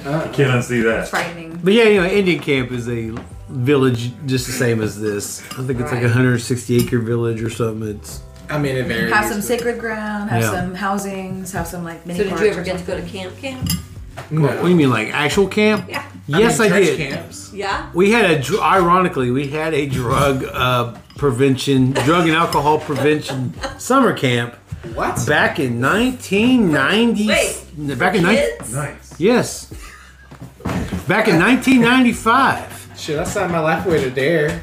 I can't unsee that.
Frightening.
But yeah, anyway, Indian Camp is a village just the same as this. I think it's like a
Right.
160 acre village or something. It's
I mean, it varies.
Have some sacred ground, have
Yeah.
some housings, have some like mini
So did you
parks
ever
or
get to go to camp? Camp?
No.
what do you mean, like actual camp?
Yeah.
Yes, I,
mean, church
did.
Camps.
Yeah.
We had a dr- ironically we had a drug uh, prevention, drug and alcohol prevention summer camp
What?
back in 1990.
Wait,
back in nineteen
Kids?
Nice.
yes, back in 1995.
Shit, I signed my life away to dare.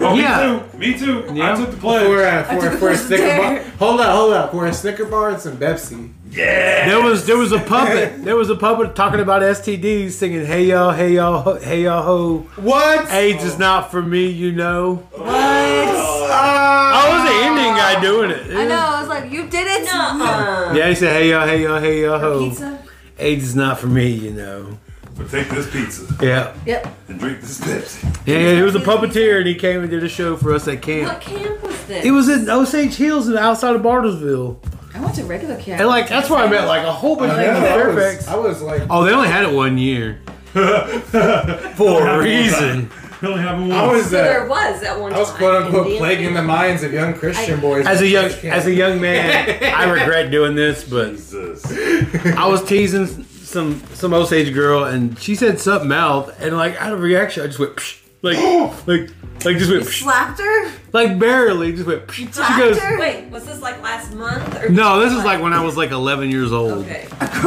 Oh,
Yeah.
me too. Me too.
Yeah.
I took the
For
pledge.
a, for, a- for a Snicker bar. Hold up, hold up. For a Snicker bar and some Pepsi.
Yeah.
There was there was a puppet. There was a puppet talking about STDs, singing "Hey y'all, hey y'all, ho- hey y'all ho."
What?
AIDS is not for me, you know.
What? Ah.
I was an Indian guy doing it.
I know. I was like, you did it.
Nuh-uh.
Yeah, he said, "Hey y'all, hey y'all, hey y'all ho."
Pizza.
AIDS is not for me, you know.
But take this pizza
Yeah,
Yep.
and drink this Pepsi.
yeah. yeah, He was a puppeteer, and he came and did a show for us at
What
camp.
camp was this?
It was in Osage Hills, outside of Bartlesville,
I went to regular camp.
and like that's where I met like a whole bunch of
I,
people in
know, I,
Fairfax.
was, I was like,
Oh, they only had it one year for a reason.
We only have one.
I was,
so there
uh,
was at one
I was
time.
quote unquote
Indian
plaguing the
camp.
minds of young Christian boys.
As a
at
young
church camp.
as a young man, I regret doing this, but
Jesus.
I was teasing some some Osage girl, and she said something mouth, and like out of reaction, I just went psh, like like like just went psh,
slapped her.
like barely just went. Psh. She
slapped
goes,
her?
Wait, was this like last month? Or
no, this is like when I was like 11 years old
Okay. Oh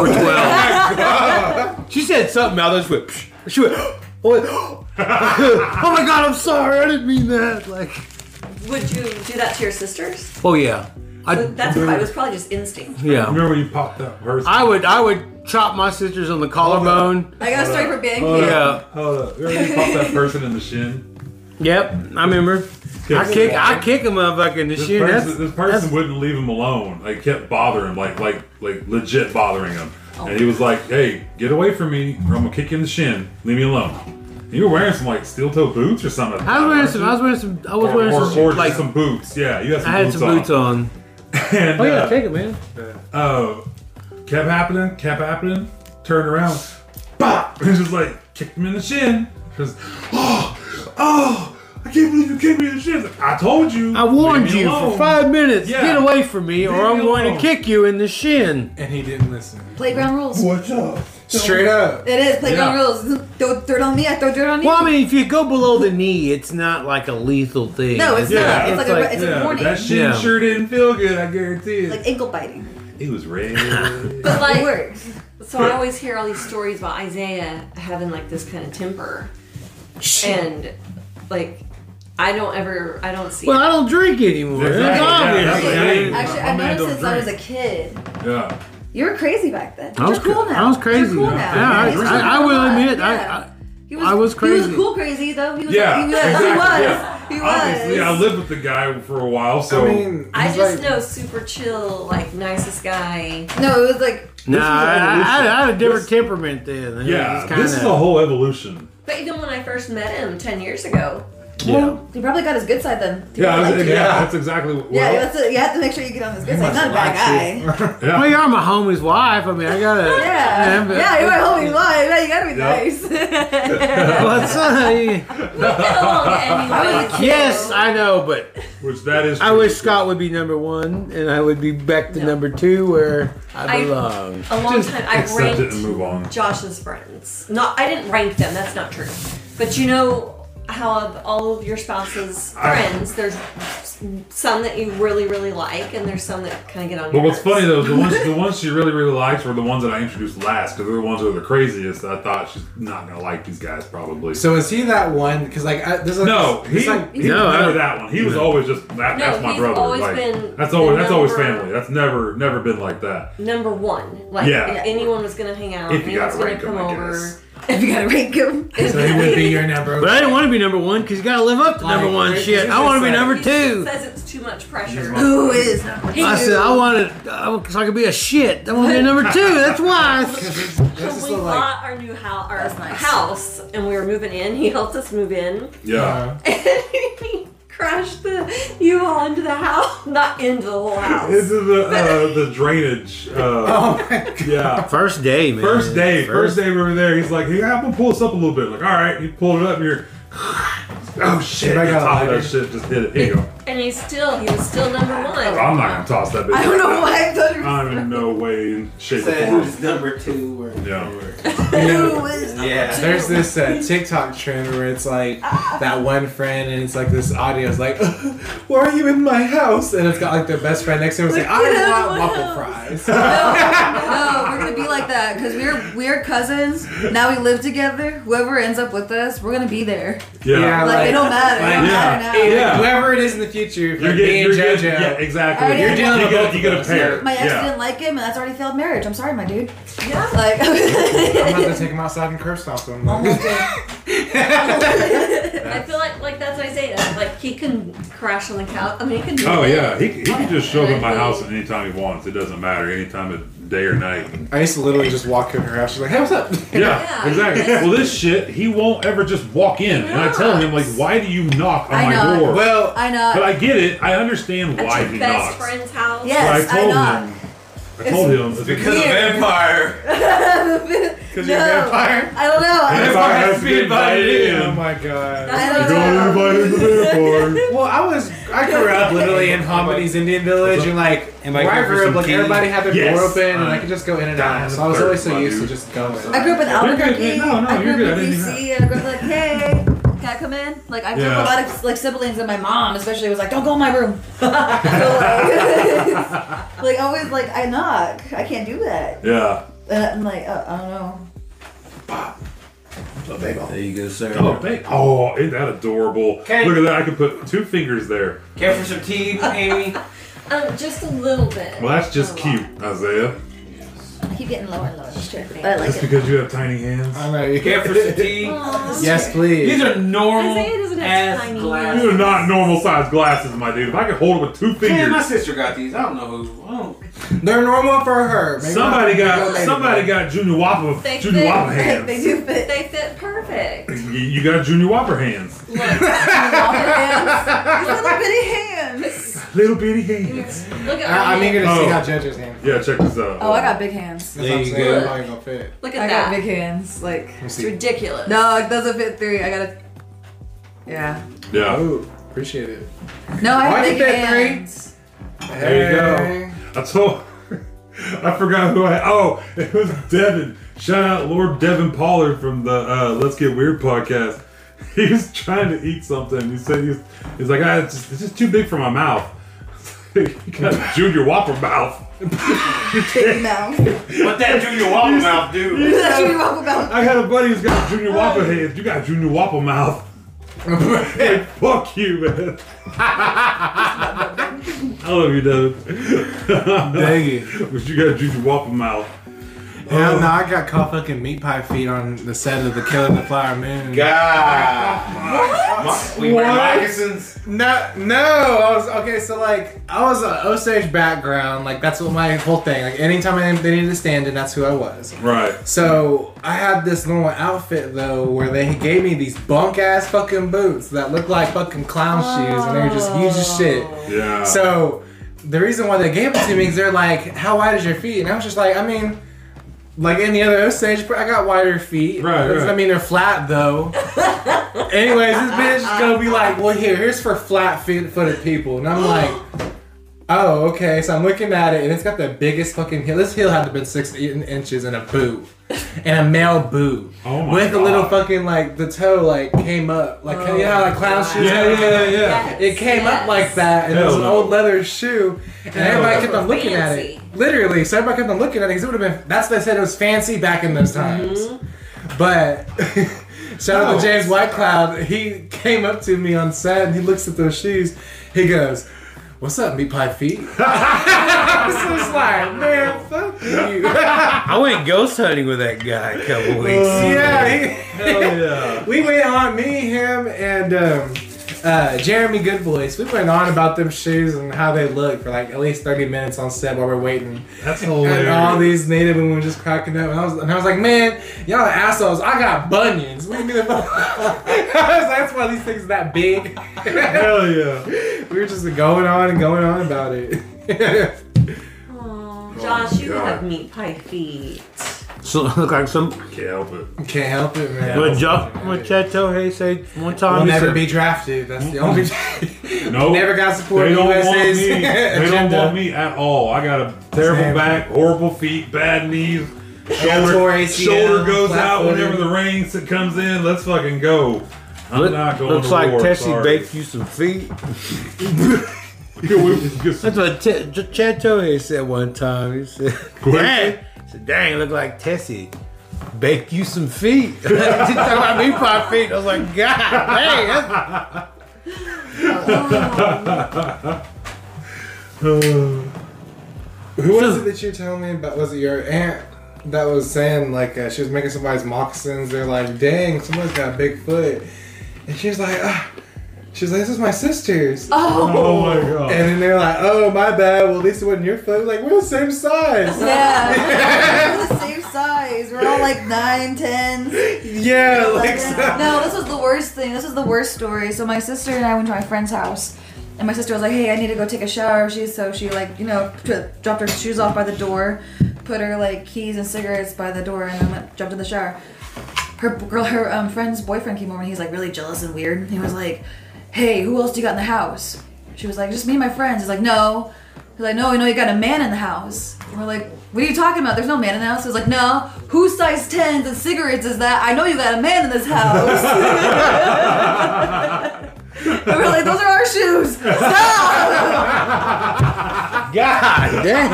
or 12. she said something mouth, I just went. Psh. She went. I went, oh my god, I'm sorry, I didn't mean that. Like,
Would you do that to your sisters?
oh yeah, I
That's probably it was probably just instinct.
yeah.
Remember when you popped that person?
I would I would chop my sisters on the collarbone.
I got a story for being
Hold
cute.
Yeah.
up. Hold up. Remember when you popped that person in the shin?
Yep, I remember. I kick I kick a motherfucker in the
This
shin.
person,
That's,
this
that's-
person wouldn't leave him alone. Like kept bothering him, like like like legit bothering him. And he was like, "Hey, get away from me, or I'm gonna kick you in the shin. Leave me alone." And you were wearing some like steel toe boots or something.
I was wearing some. I was wearing some. I was
or,
wearing
or,
some.
or just
like
some boots. Yeah, you had some
I had
boots
some boots on.
And,
Oh yeah,
uh,
take it, man.
Oh, kept happening, kept happening. Turned around, bop, and just like kicked him in the shin. Because, oh, oh, I can't believe you kicked me in the shin. Like, I told you.
I warned
leave me
you
alone."
for five minutes.
Yeah.
Get away from me,
Leave
or
me
I'm going
alone.
to kick you in the shin.
and he didn't listen.
Playground rules.
What's up?
Straight up.
It is playground
Yeah.
rules. Throw dirt on me. I throw dirt on you.
Well, I mean, if you go below the knee, it's not like a lethal thing.
No, it's
Yeah,
not. It's, like, a, it's a
Yeah,
warning.
that shit
Yeah.
sure didn't feel good. I guarantee it.
like ankle biting.
it was red.
But
It
like,
works.
so I always hear all these stories about Isaiah having like this kind of temper, and like, I don't ever, I don't see.
Well,
it.
I don't drink anymore.
There's
That's
that.
obvious.
Yeah, that's what I mean.
Actually,
My
I've
man don't
noticed since I was a
drink.
kid.
yeah.
You were crazy back then.
I was
You're cool
cra-
now.
I was crazy.
You're cool
Yeah,
now.
I-
You're
I- I
cool
will
now.
admit, I-
Yeah.
I-
He
I was
He
crazy.
was cool crazy though. He was.
Yeah,
He was.
exactly, yeah.
He was. He was.
Obviously, I lived with the guy for a while,
I
so
mean,
I
he's
just
like,
know super chill, like nicest guy.
no, it was like
Nah, I, I, I had a different
This-
temperament then.
yeah,
It was
this is
kinda-
a whole evolution.
But even when I first met him ten years ago,
Yeah.
he probably got his good side then. He
Yeah, I
was
was-
like-
yeah,
yeah.
that's exactly what.
yeah.
well,
that's it. you have to make sure you get on his good side. Not a bad guy.
watch it.
yeah.
Well, you are my homie's wife. I mean, I gotta.
Yeah,
I'm-
yeah, you're my homie. Why? Yeah, you gotta be
Yep.
nice.
What's up?
we get along anyway.
Yes, I know, but
Which that is.
I
true.
wish Scott would be number one, and I would be back to
No.
number two where I
I-
belong.
A long time I
accept it and
ranked
move on.
Josh's friends. Not I didn't rank them. That's not true. But you know how of all of your spouse's
I-
friends, there's there's some that you really really like, and there's some that kind of get on.
But
your
what's
nerves.
funny though, is the ones the ones she really really likes were the ones that I introduced last because they're the ones that are the craziest. I thought she's not gonna like these guys probably.
So is he that one? Because like I, there's a
no, he,
there's like,
he
No,
was
I-
never that one. He was
No.
always just that,
No,
that's my
he's
brother.
always
like,
been
that's always
the
that's always
number-
family. That's never never been like that.
Number one, like
Yeah.
if anyone was gonna hang out,
If you
anyone's
gotta
gonna
rank 'em,
come
I
over.
guess.
If you gotta rank him.
so he would be your number.
But I didn't want to be number one because you gotta live up to number
Like,
one
it's
shit. I
just
want to be
like-
number
He
two.
says it's too much pressure.
Who is number two?
I said I want to, I, want- so I could be a shit. I want to be a number two. That's why.
That's
When
just
we
the, like,
bought our new house, our
That's nice.
house, and we were moving in, he helped us move in.
Yeah.
uh,
he crashed the U haul into the house, not into the whole
This
house.
is the uh, the drainage. Uh,
oh my god.
yeah.
First day, man.
First day, first day we were there. He's like, "Hey, I'm gonna pull this up a little bit." Like, all right, you pulled it up. And you're, oh shit!
I
I
got a
got
lighter.
that shit. Just hit it. Here you go.
And he's still, he was still number one.
Oh, I'm not gonna toss that bitch.
I don't
like
know
that.
why I thought it was
I'm in no way, in shape, or
Said
form.
who's number two or
Yeah.
who is
Yeah.
There's this uh, TikTok trend where it's like that one friend, and it's like this audio is like, "Why are you in my house?" And it's got like their best friend next to him. It's like,
Get
"I
out
want
of
waffle
my
fries."
No, no, we're gonna be like that because we're we're cousins. Now we live together. Whoever ends up with us, we're gonna be there.
Yeah.
Like, it don't matter.
Like,
It
yeah.
don't matter now.
Yeah.
Whoever it is in the future, if
You're
like
getting,
me
you're
and
getting,
JoJo.
yeah, exactly.
Alright,
You're
yeah.
dealing with both. You get a
of
pair.
My ex
yeah.
didn't like him, and that's already failed marriage. I'm sorry, my dude.
Yeah.
Like,
I'm about to take him outside and curse off him.
almost did.
I feel like like that's what I say. That's like he can crash on the couch. I mean, he can. do
Oh
it.
yeah, he, he can just show up at my house at any time he wants. It doesn't matter, any time of day or night.
I used to literally just walk in her house. She's like, "Hey, what's up?"
Yeah,
Yeah.
exactly. well, this shit, he won't ever just walk in, and I tell him like, why do you knock on
I
my
know.
door?
Well,
I
but
know.
I get it. I understand why
At
he
your
knocks.
best friend's house.
Yeah.
But
Yes, I
I told
knock.
him. I told him it's
Because of
Weird.
vampire.
because you're a
No.
vampire.
I don't know.
Vampire has to be invited in.
Oh my god.
I
You're
don't
Don't
know.
invite him to the airport.
Well, I was I grew up literally in Hominies Indian Village, and like
Am I
where I
going for
grew up,
some
like
tea?
everybody had their
Yes.
door open, and I
Uh,
could just go in and
down
out.
the
So I was
third,
always so
my
used to
dude.
just going.
I grew up in
You're good,
Albuquerque.
man. No, no,
I grew
you're good.
up
I
in
didn't do
DC, and I grew up like, hey, can I come in? Like, I grew up
Yeah.
with a lot of like siblings, and my mom especially was like, don't go in my room. So, like, like, always like, I knock. I can't do that.
Yeah.
And I'm like, oh, I don't know.
There you go, sir.
Oh, thank- oh, ain't that adorable?
Okay.
Look at that. I could put two fingers there.
Care for some tea, Amy?
Um, just a little bit.
Well, that's
Oh,
just
Not a lot.
cute, Isaiah.
I keep getting lower and lower. It's true. But I like
Just
it.
because you have tiny hands.
Um,
I know you
Care for some tea?
Aw.
Yes, please.
These are normal
Isaiah doesn't have
ass
tiny
glasses.
These are not normal sized glasses, my dude. If I could hold them with two
Man, my
fingers,
sister got these. I don't know who. I don't.
They're normal for her. Maybe
somebody
not-
got
maybe later,
somebody
but-
got Junior Whopper
They
Junior
fit.
Whopper
They,
hands.
they do fit.
They fit perfect.
You- You got Junior Whopper hands.
Look, hands.
These little bitty hands.
Little bitty hands.
Look at
I,
our
I'm
hands.
eager to see
Oh.
how judges handle.
Yeah, check this out.
Oh, I got big hands.
That's what I'm
There you
saying.
go.
I'm probably gonna fit.
Look at
I got
that.
big hands. Like,
Let me
It's
see.
ridiculous.
no, it doesn't fit three. I gotta. Yeah.
Yeah.
Oh, appreciate it.
No, I
Why'd
have
you
big
fit three?
hands.
There you go. I told. I forgot who I. Oh, it was Devin. Shout out Lord Devin Pollard from the uh, Let's Get Weird podcast. He was trying to eat something. He said he was, he's like, ah, it's, just, it's just too big for my mouth. he got a junior whopper mouth.
Big mouth.
What that junior wobble mouth do?
That's what you talk about.
I had a buddy who's got junior whopper hands. You got junior whopper mouth.
go.
Fuck you, man. I love you, Devin.
Thank you.
but you got junior whopper mouth.
Hell no, I got caught fucking meat pie feet on the set of the Killer the Flower Moon.
God. What? We wear
What?
moccasins.
No, no. I was okay. So like, I was an Osage background. Like that's what my whole thing. Like anytime I, they needed a stand-in, that's who I was.
Right.
So I had this normal outfit though, where they gave me these bunk ass fucking boots that looked like fucking clown shoes, and they were just huge as shit.
Yeah.
So the reason why they gave it to me is they're like, "How wide is your feet?" And I was just like, "I mean, like any other Osage, I got wider feet.
Right,
Doesn't
right.
mean they're flat though. Anyways, this bitch is gonna be like, "Well, here, here's for flat feet footed people," and I'm like. Oh, okay. So I'm looking at it, and it's got the biggest fucking heel. This heel had to have been six eight inches and a boot, and a male boot
Oh my
with a little
God.
fucking like the toe like came up like you know how, like clown shoes.
Yeah,
come?
yeah, yeah,
Yes,
It came
yes.
up like that, and it was
Hell
an
no.
old leather shoe, and everybody kept on looking at
Fancy.
it. Literally, so everybody kept on looking at it because it would have been. That's what they said it was fancy back in those times. But shout out
No.
to James White Cloud. He came up to me on set and he looks at those shoes. He goes, "What's up, meat pie feet?" I was just like, "Man, fuck you."
I went ghost hunting with that guy a couple weeks.
yeah,
Hell yeah.
he, we went on me, him, and um, uh, Jeremy Goodvoice. We went on about them shoes and how they look for like at least thirty minutes on set while we're waiting.
That's
And all
hilarious.
these native women were just cracking up, and I was, and I was like, "Man, y'all are assholes! I got bunions. Leave me the fuck." alone." I was like, That's why these things are that big.
Hell yeah.
we were just going on and going on about it.
Aw, Josh, you
Oh God.
have meat pie feet.
So look like some.
Can't help it.
Can't help it, man.
What Jock Machado Hey say one time?
I'll
he
never
said-
be drafted. That's the only.
No.
Never got support.
Mm-hmm. They don't want me.
USA's
They don't
agenda.
want me at all. I got a terrible
Same.
back, horrible feet, bad knees.
got
Shoulder,
tore ACL,
shoulder goes
flat
out
footed.
whenever the rain s- comes in. Let's fucking go. I'm
Look-
not going
looks
to
like
war,
Tessie
sorry.
baked you some feet.
Yeah, we- we get some-
That's what T- J- Chad Tohey said one time. He said,
What?
"Dang, he said, dang, look like Tessie baked you some feet." he talking about me pie feet. I was like, "God, dang, that's
Who was it that you were telling me about? Was it your aunt that was saying like uh, she was making somebody's moccasins? They're like, dang, someone's got a big foot, and she was like, ah. she was like, this is my sister's.
oh my god.
And then they're like, oh, my bad. Well, at least it wasn't your foot. Like, we're the same size.
Yeah, we're the same size. We're all like nine, ten.
yeah, like, so-
No, this was the worst thing. This was the worst story. So my sister and I went to my friend's house, and my sister was like, "Hey, I need to go take a shower." She so she like you know t- dropped her shoes off by the door, put her like keys and cigarettes by the door, and then went, jumped in the shower. Her girl, her um, friend's boyfriend came over, and he's like really jealous and weird. He was like, "Hey, who else do you got in the house?" She was like, "Just me and my friends." He's like, "No." He's like, "No, no, you got a man in the house." And we're like, "What are you talking about? There's no man in the house." He was like, "No, whose size tens and cigarettes is that? I know you got a man in this house." And we're like, "Those are our shoes. Stop!"
God, dang."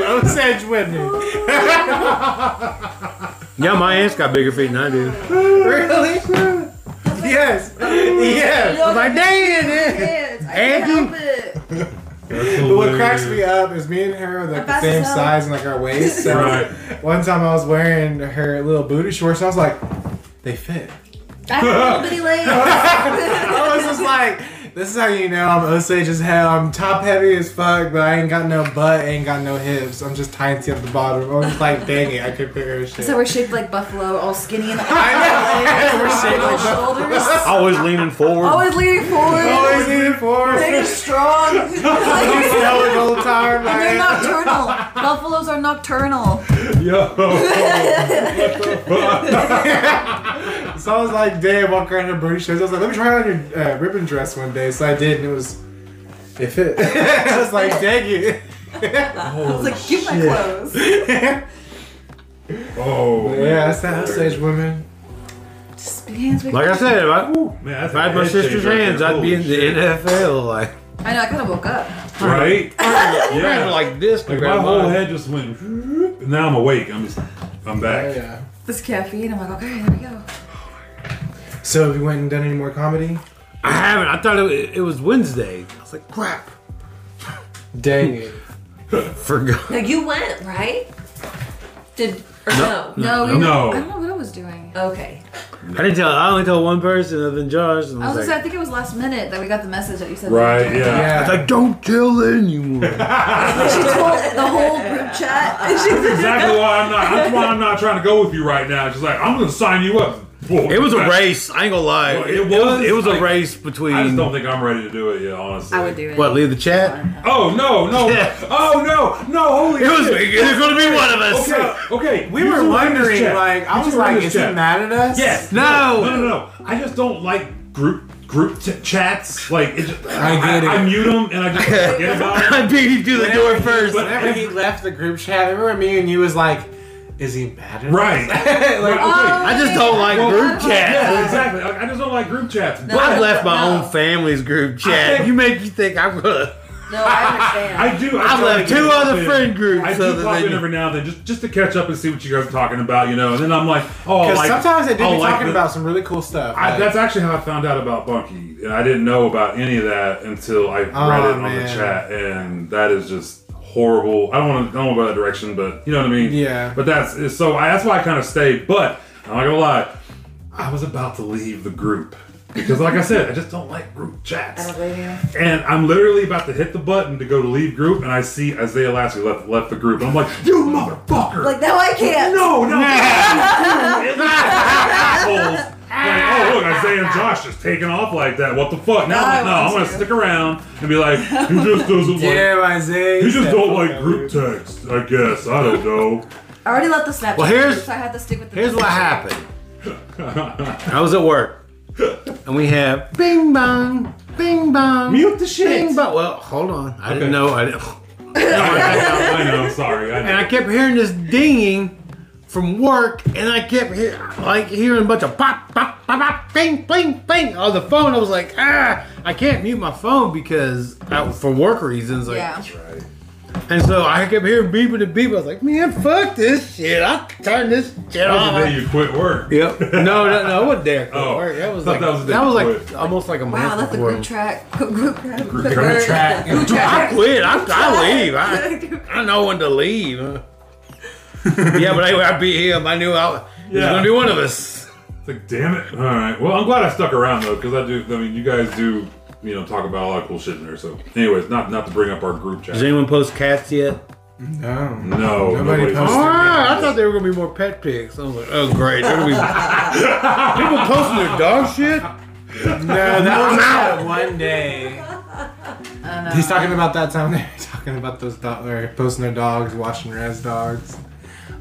Los Angeles.
Yeah, my aunt's got bigger feet than I do.
Really? yes. Yes. I'm like, dang it.
Kids, I can't help it.
But what cracks me up is me and her are like the
About
same
to tell.
size and like our waist. So
Right.
one time I was wearing her little booty shorts and I was like, they fit.
I have little bitty legs.
I was just like, this is how you know I'm Osage as hell. I'm top heavy as fuck, but I ain't got no butt, ain't got no hips. I'm just tiny at the bottom. I was like, dang it, I could figure this shit.
so we're shaped like buffalo, all skinny and
I know. We're shaped
little
like buffalo.
shoulders.
Always leaning forward.
Always leaning forward.
Always needed four.
They are strong. and
Hell, the whole time.
they're
Like,
nocturnal. Buffaloes are nocturnal.
Yo.
so I was like, damn, walk around her booty shorts. I was like, let me try on your uh, ribbon dress one day. So I did, and it was, it fit. I was like, dang it.
I was like, give my clothes.
Oh. man.
But yeah, that's that Osage woman.
Just be hands
like I said, if I,
Woo, man, that's
if I had
a
my
head
sister's
shake right
hands,
there.
I'd be
Holy
in the
shit.
NFL. Like,
I know, I kind of woke up.
Right? yeah. Like,
like this. to
my
grab
whole
mine.
head just went. whoop, and Now I'm awake. I'm just. I'm back.
Yeah.
This caffeine, I'm like, okay, there we go.
So have you went and done any more comedy?
I haven't. I thought it, it was Wednesday. I was like, crap.
Dang it.
Forgot.
No, you went, right? Did, or no?
No, we
No.
I don't know what I was doing.
Okay.
I didn't tell. I only told one person other than Josh. And
I was
I
gonna
was
say, I
like,
think it was last minute that we got the message that you said.
Right, yeah.
I was
Yeah.
like, don't tell anyone.
She told the whole group chat. And she said,
Exactly why I'm not. That's why I'm not trying to go with you right now. She's like, I'm gonna sign you up. Whoa,
It was a
I-
race. I ain't gonna lie.
Well, it
It, it
was,
was. It was
like,
a race
I just
between.
don't think I'm ready to do it yet, honestly.
I would do it.
What? Leave the chat.
Oh no, no,
Yeah.
oh no, no! Holy
It was.
shit!
There's gonna be one of us.
Okay, okay.
We
you
were
two run this
wondering,
chat.
like,
You
I was
two run
like,
this
is he
chat.
mad at us?
Yes.
No.
No. No. No. I just don't like group group t- chats. Like it just,
I get it.
I, mute them and I just forget about it.
I beat you through the door first.
Whenever he left the group chat, remember me and you was like, "Is he mad?" At
Right.
us?"
Like,
like,
Oh,
I just don't like group
Yeah,
chats.
exactly. Like, I just don't like group chats.
No.
But
I've left my
No.
own family's group chat. You make you think I'm gonna.
No, I understand.
I do. I
I've
try
left
to
two
pop
other
in.
friend groups
I
other
do pop
than
in
you.
every now and then just, just to catch up and see what you guys are talking about, you know. And then I'm like, oh, I
Because
like,
sometimes they do be
I like
talking
the-
about some really cool stuff.
I,
like-
that's actually how I found out about Bunky. And I didn't know about any of that until I read
Aw,
it on the
man.
chat, and that is just horrible. I don't want to don't know about that direction, but you know what I mean.
Yeah.
But that's it's- so. I, that's why I kind of stayed. But I'm not gonna lie, I was about to leave the group because, like I said, I just don't like group chats.
I don't believe you.
And I'm literally about to hit the button to go to leave group, and I see Isaiah Lassie left left the group, and I'm like, "You motherfucker!"
Like, no, I can't.
no, no, assholes. Like, oh look, Isaiah and Josh just taking off like that. What the fuck? Now I'm like,
No,
no,
I
I'm
want
gonna
to.
stick around and be like, "You just doesn't like,
Damn, Isaiah.
you just
said,
don't
"Fuck
like
that
group
dude."
text, I guess. I don't know."
I already left the Snapchat.
Well, here's-
so I had to stick with the.
Here's what happened. I was at work, and we have bing bong, bing bong,
Mute the shit.
bing bong. Well, hold on. I didn't
Okay.
know. I didn't.
I know, I know, sorry. I
and I
know.
kept hearing this dinging from work, and I kept hear, like hearing a bunch of pop, pop, pop, pop, bing, bing, bing on the phone. I was like, ah, I can't mute my phone because I, for work reasons. Like,
Yeah.
And so I kept hearing beeping and beeping. I was like, man, fuck this shit. I'll turn this shit
That was the
off.
day you quit work.
Yep. No, no, no. I wasn't there. for
Oh.
work. that was
Thought
like
that was the day
that was
you
like
quit.
almost like a
Wow, I
month
left the
before.
group track. Group track. Group
track.
track. Group
I
track.
quit. I, I leave. I, I know when to leave. yeah, but anyway, I beat him. I knew I was
Yeah.
gonna be one of us.
It's like, damn it. All right. Well, I'm glad I stuck around though, because I do. I mean, you guys do, you know, talk about a lot of cool shit in there. So, anyways, not not to bring up our group chat.
Does anyone post cats yet?
Oh,
No.
No,
Nobody
nobody.
posted.
Oh, I thought there were gonna be more pet pics. I was like, oh great, there gonna be people posting their dog shit.
No, that was that one day.
He's talking about that time they were talking about those dog or posting their dogs, watching Raz dogs.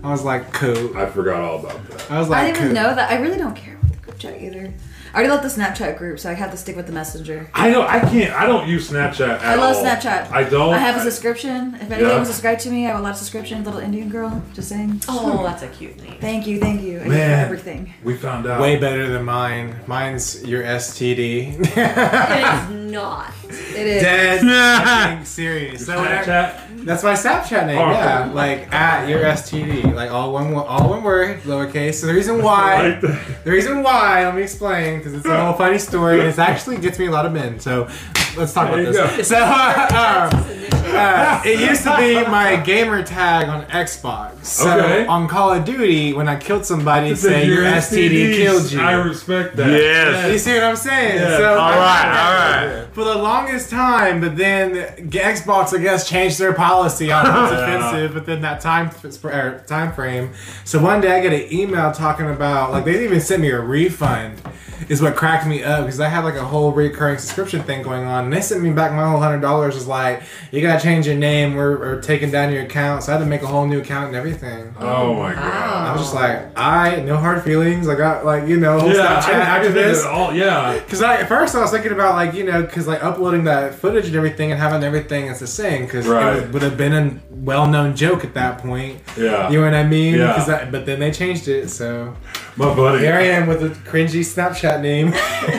I was like, cool.
I forgot all about that.
I was like,
I didn't even
cool.
know that. I really don't care about the group chat either. I already left the Snapchat group, so I had to stick with the messenger.
I don't. I can't. I don't use Snapchat. At
I love
all.
Snapchat.
Oh, I don't.
I have a subscription. If anyone
Yeah.
was subscribed to me, I have a lot of subscriptions. Little Indian girl, just saying.
Oh, that's a cute name.
Thank you, thank you. I get
Man.
everything.
We found out.
Way better than mine. Mine's your STD.
It is not.
It is.
Dead. fucking serious. So when I-
Snapchat.
That's my Snapchat name.
Oh.
Yeah, like at your STD, like all one wo- all one word, lowercase. So the reason why,
Like that.
the reason why, let me explain because it's a whole funny story and it actually gets me a lot of men. So let's talk
There
about
you
this. So uh, uh, it used to be my gamer tag on Xbox. So
Okay.
on Call of Duty, when I killed somebody,
It
it say
says
your
STDs.
STD killed you.
I respect that.
Yes.
You see what I'm saying?
Yeah.
So
All right, all right.
for the longest time, but then G- Xbox, I guess, changed their policy on what's
Yeah.
offensive within that time f- er, time frame. So one day I get an email talking about like they didn't even send me a refund. Is what cracked me up because I had like a whole recurring subscription thing going on, and they sent me back my whole hundred dollars. Was like, you gotta change your name. We're, we're taking down your account, so I had to make a whole new account and everything.
Oh my god.
I was just like, I no hard feelings. I got like you know, whole
Yeah. I,
Snapchat
I
after
did
this.
it all. Yeah.
Because I, at first I was thinking about like you know because like uploading that footage and everything and having everything as the same because
Right.
it would have been a well-known joke at that point.
Yeah.
You know what I mean?
Yeah.
'Cause I- but then they changed it, so
My buddy.
here I am with a cringy Snapchat name.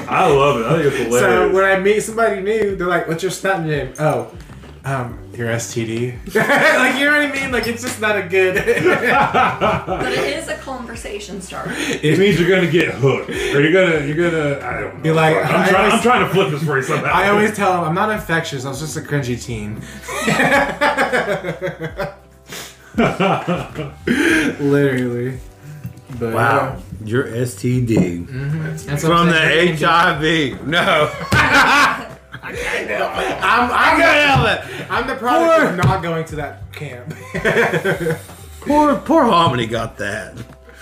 I love it. I think it's
so
hilarious.
when I meet somebody new, they're like, "What's your Snap name?" Oh. Um, your STD. like, you know what I mean? Like, it's just not a good.
But it is a conversation starter.
it means you're gonna get hooked, or you're gonna you're gonna. I don't. Know.
Be like,
I'm
I
trying. I'm
always-
trying to flip this for you somehow.
I always tell them I'm not infectious. I was just a cringy teen. Literally. But
Wow, your STD
That's what
Mm-hmm. from
I'm
the
saying.
HIV. No,
I'm,
I
I'm,
got it.
I'm the product of not going to that camp.
Poor, poor Harmony got that.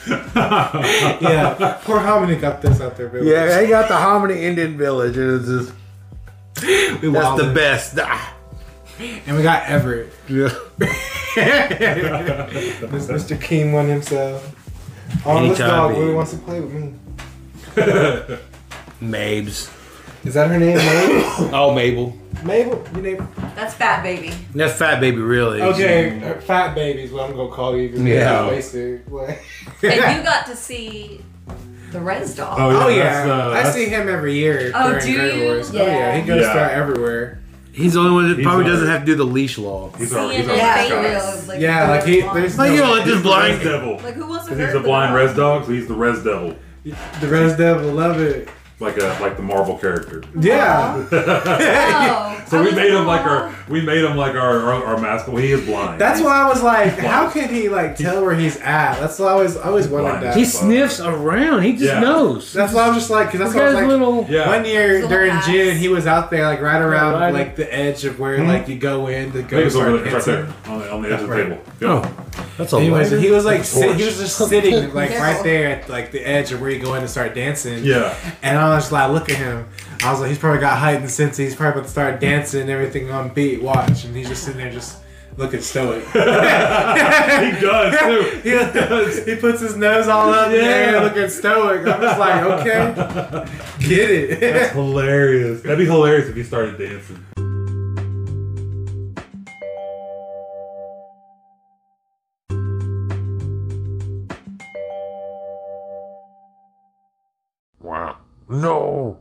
Oh,
yeah. Poor Hominy got this out there, Billy.
Yeah, they got the Harmony Indian Village. It was just
We
that's the
wildin'.
best. Ah.
And we got Everett.
Yeah.
This Mr. King one himself. Oh, this
Anytime,
dog really
baby.
wants to play with me.
Mabes.
Is that her name? Mabel?
Oh, Mabel.
Mabel? Your name?
That's fat baby.
That's Fat Baby, really.
Okay, her Fat Baby is what I'm gonna call you. 'cause you're
Yeah.
not Wasted. What?
And you got to see the Res doll.
Oh, yeah.
Oh yeah,
that's, uh,
I
that's-
see him every year.
Oh,
during
do
Great
you?
Wars.
Yeah.
Oh yeah, he goes
Yeah.
throughout everywhere.
He's the only one that
He's
probably
not-
doesn't have to do the leash law.
He's
Seeing
our, he's
the
our
Yeah,
mascot.
for
face.
real. Like,
yeah, like he, there's
Like,
no,
you don't let this
He's the res
blind.
devil.
Like, who wants to
Because he's
hurt
a blind
the
res dog, so he's the res devil.
the Res Devil love it.
Like a like the Marvel character.
Yeah,
Oh,
So
I
we
was
made him
like,
like our we made him like our our, our mascot. Well, he is blind.
that's why I was like, how can he like tell where he's at? That's why I always I always wondered
Blind.
that.
He sniffs around. He just
Yeah.
knows.
That's why I was just like, because that's
The
why I was
guy's
like,
little-
Yeah.
one year
Little
during
ass.
June, he was out there like right around
right.
like the edge of where like you go in to
I think
go
Hmm? it's over
start
there, it's right
dancing.
there on the, on the edge of the
Right.
table. Yep.
Oh, that's a
Anyways,
lighter?
he was like
That's a
sit,
torch.
he was just sitting like
Yeah.
right there at like the edge of where you go in to start dancing.
Yeah.
And I was like, look at him. I was like, he's probably got heightened sense. He's probably about to start dancing and everything on beat. Watch, and he's just sitting there just looking stoic.
He does too.
he, he puts his nose all up
Yeah.
there looking stoic. I'm just like, okay, get it.
That's hilarious. That'd be hilarious if he started dancing.
Wow. No!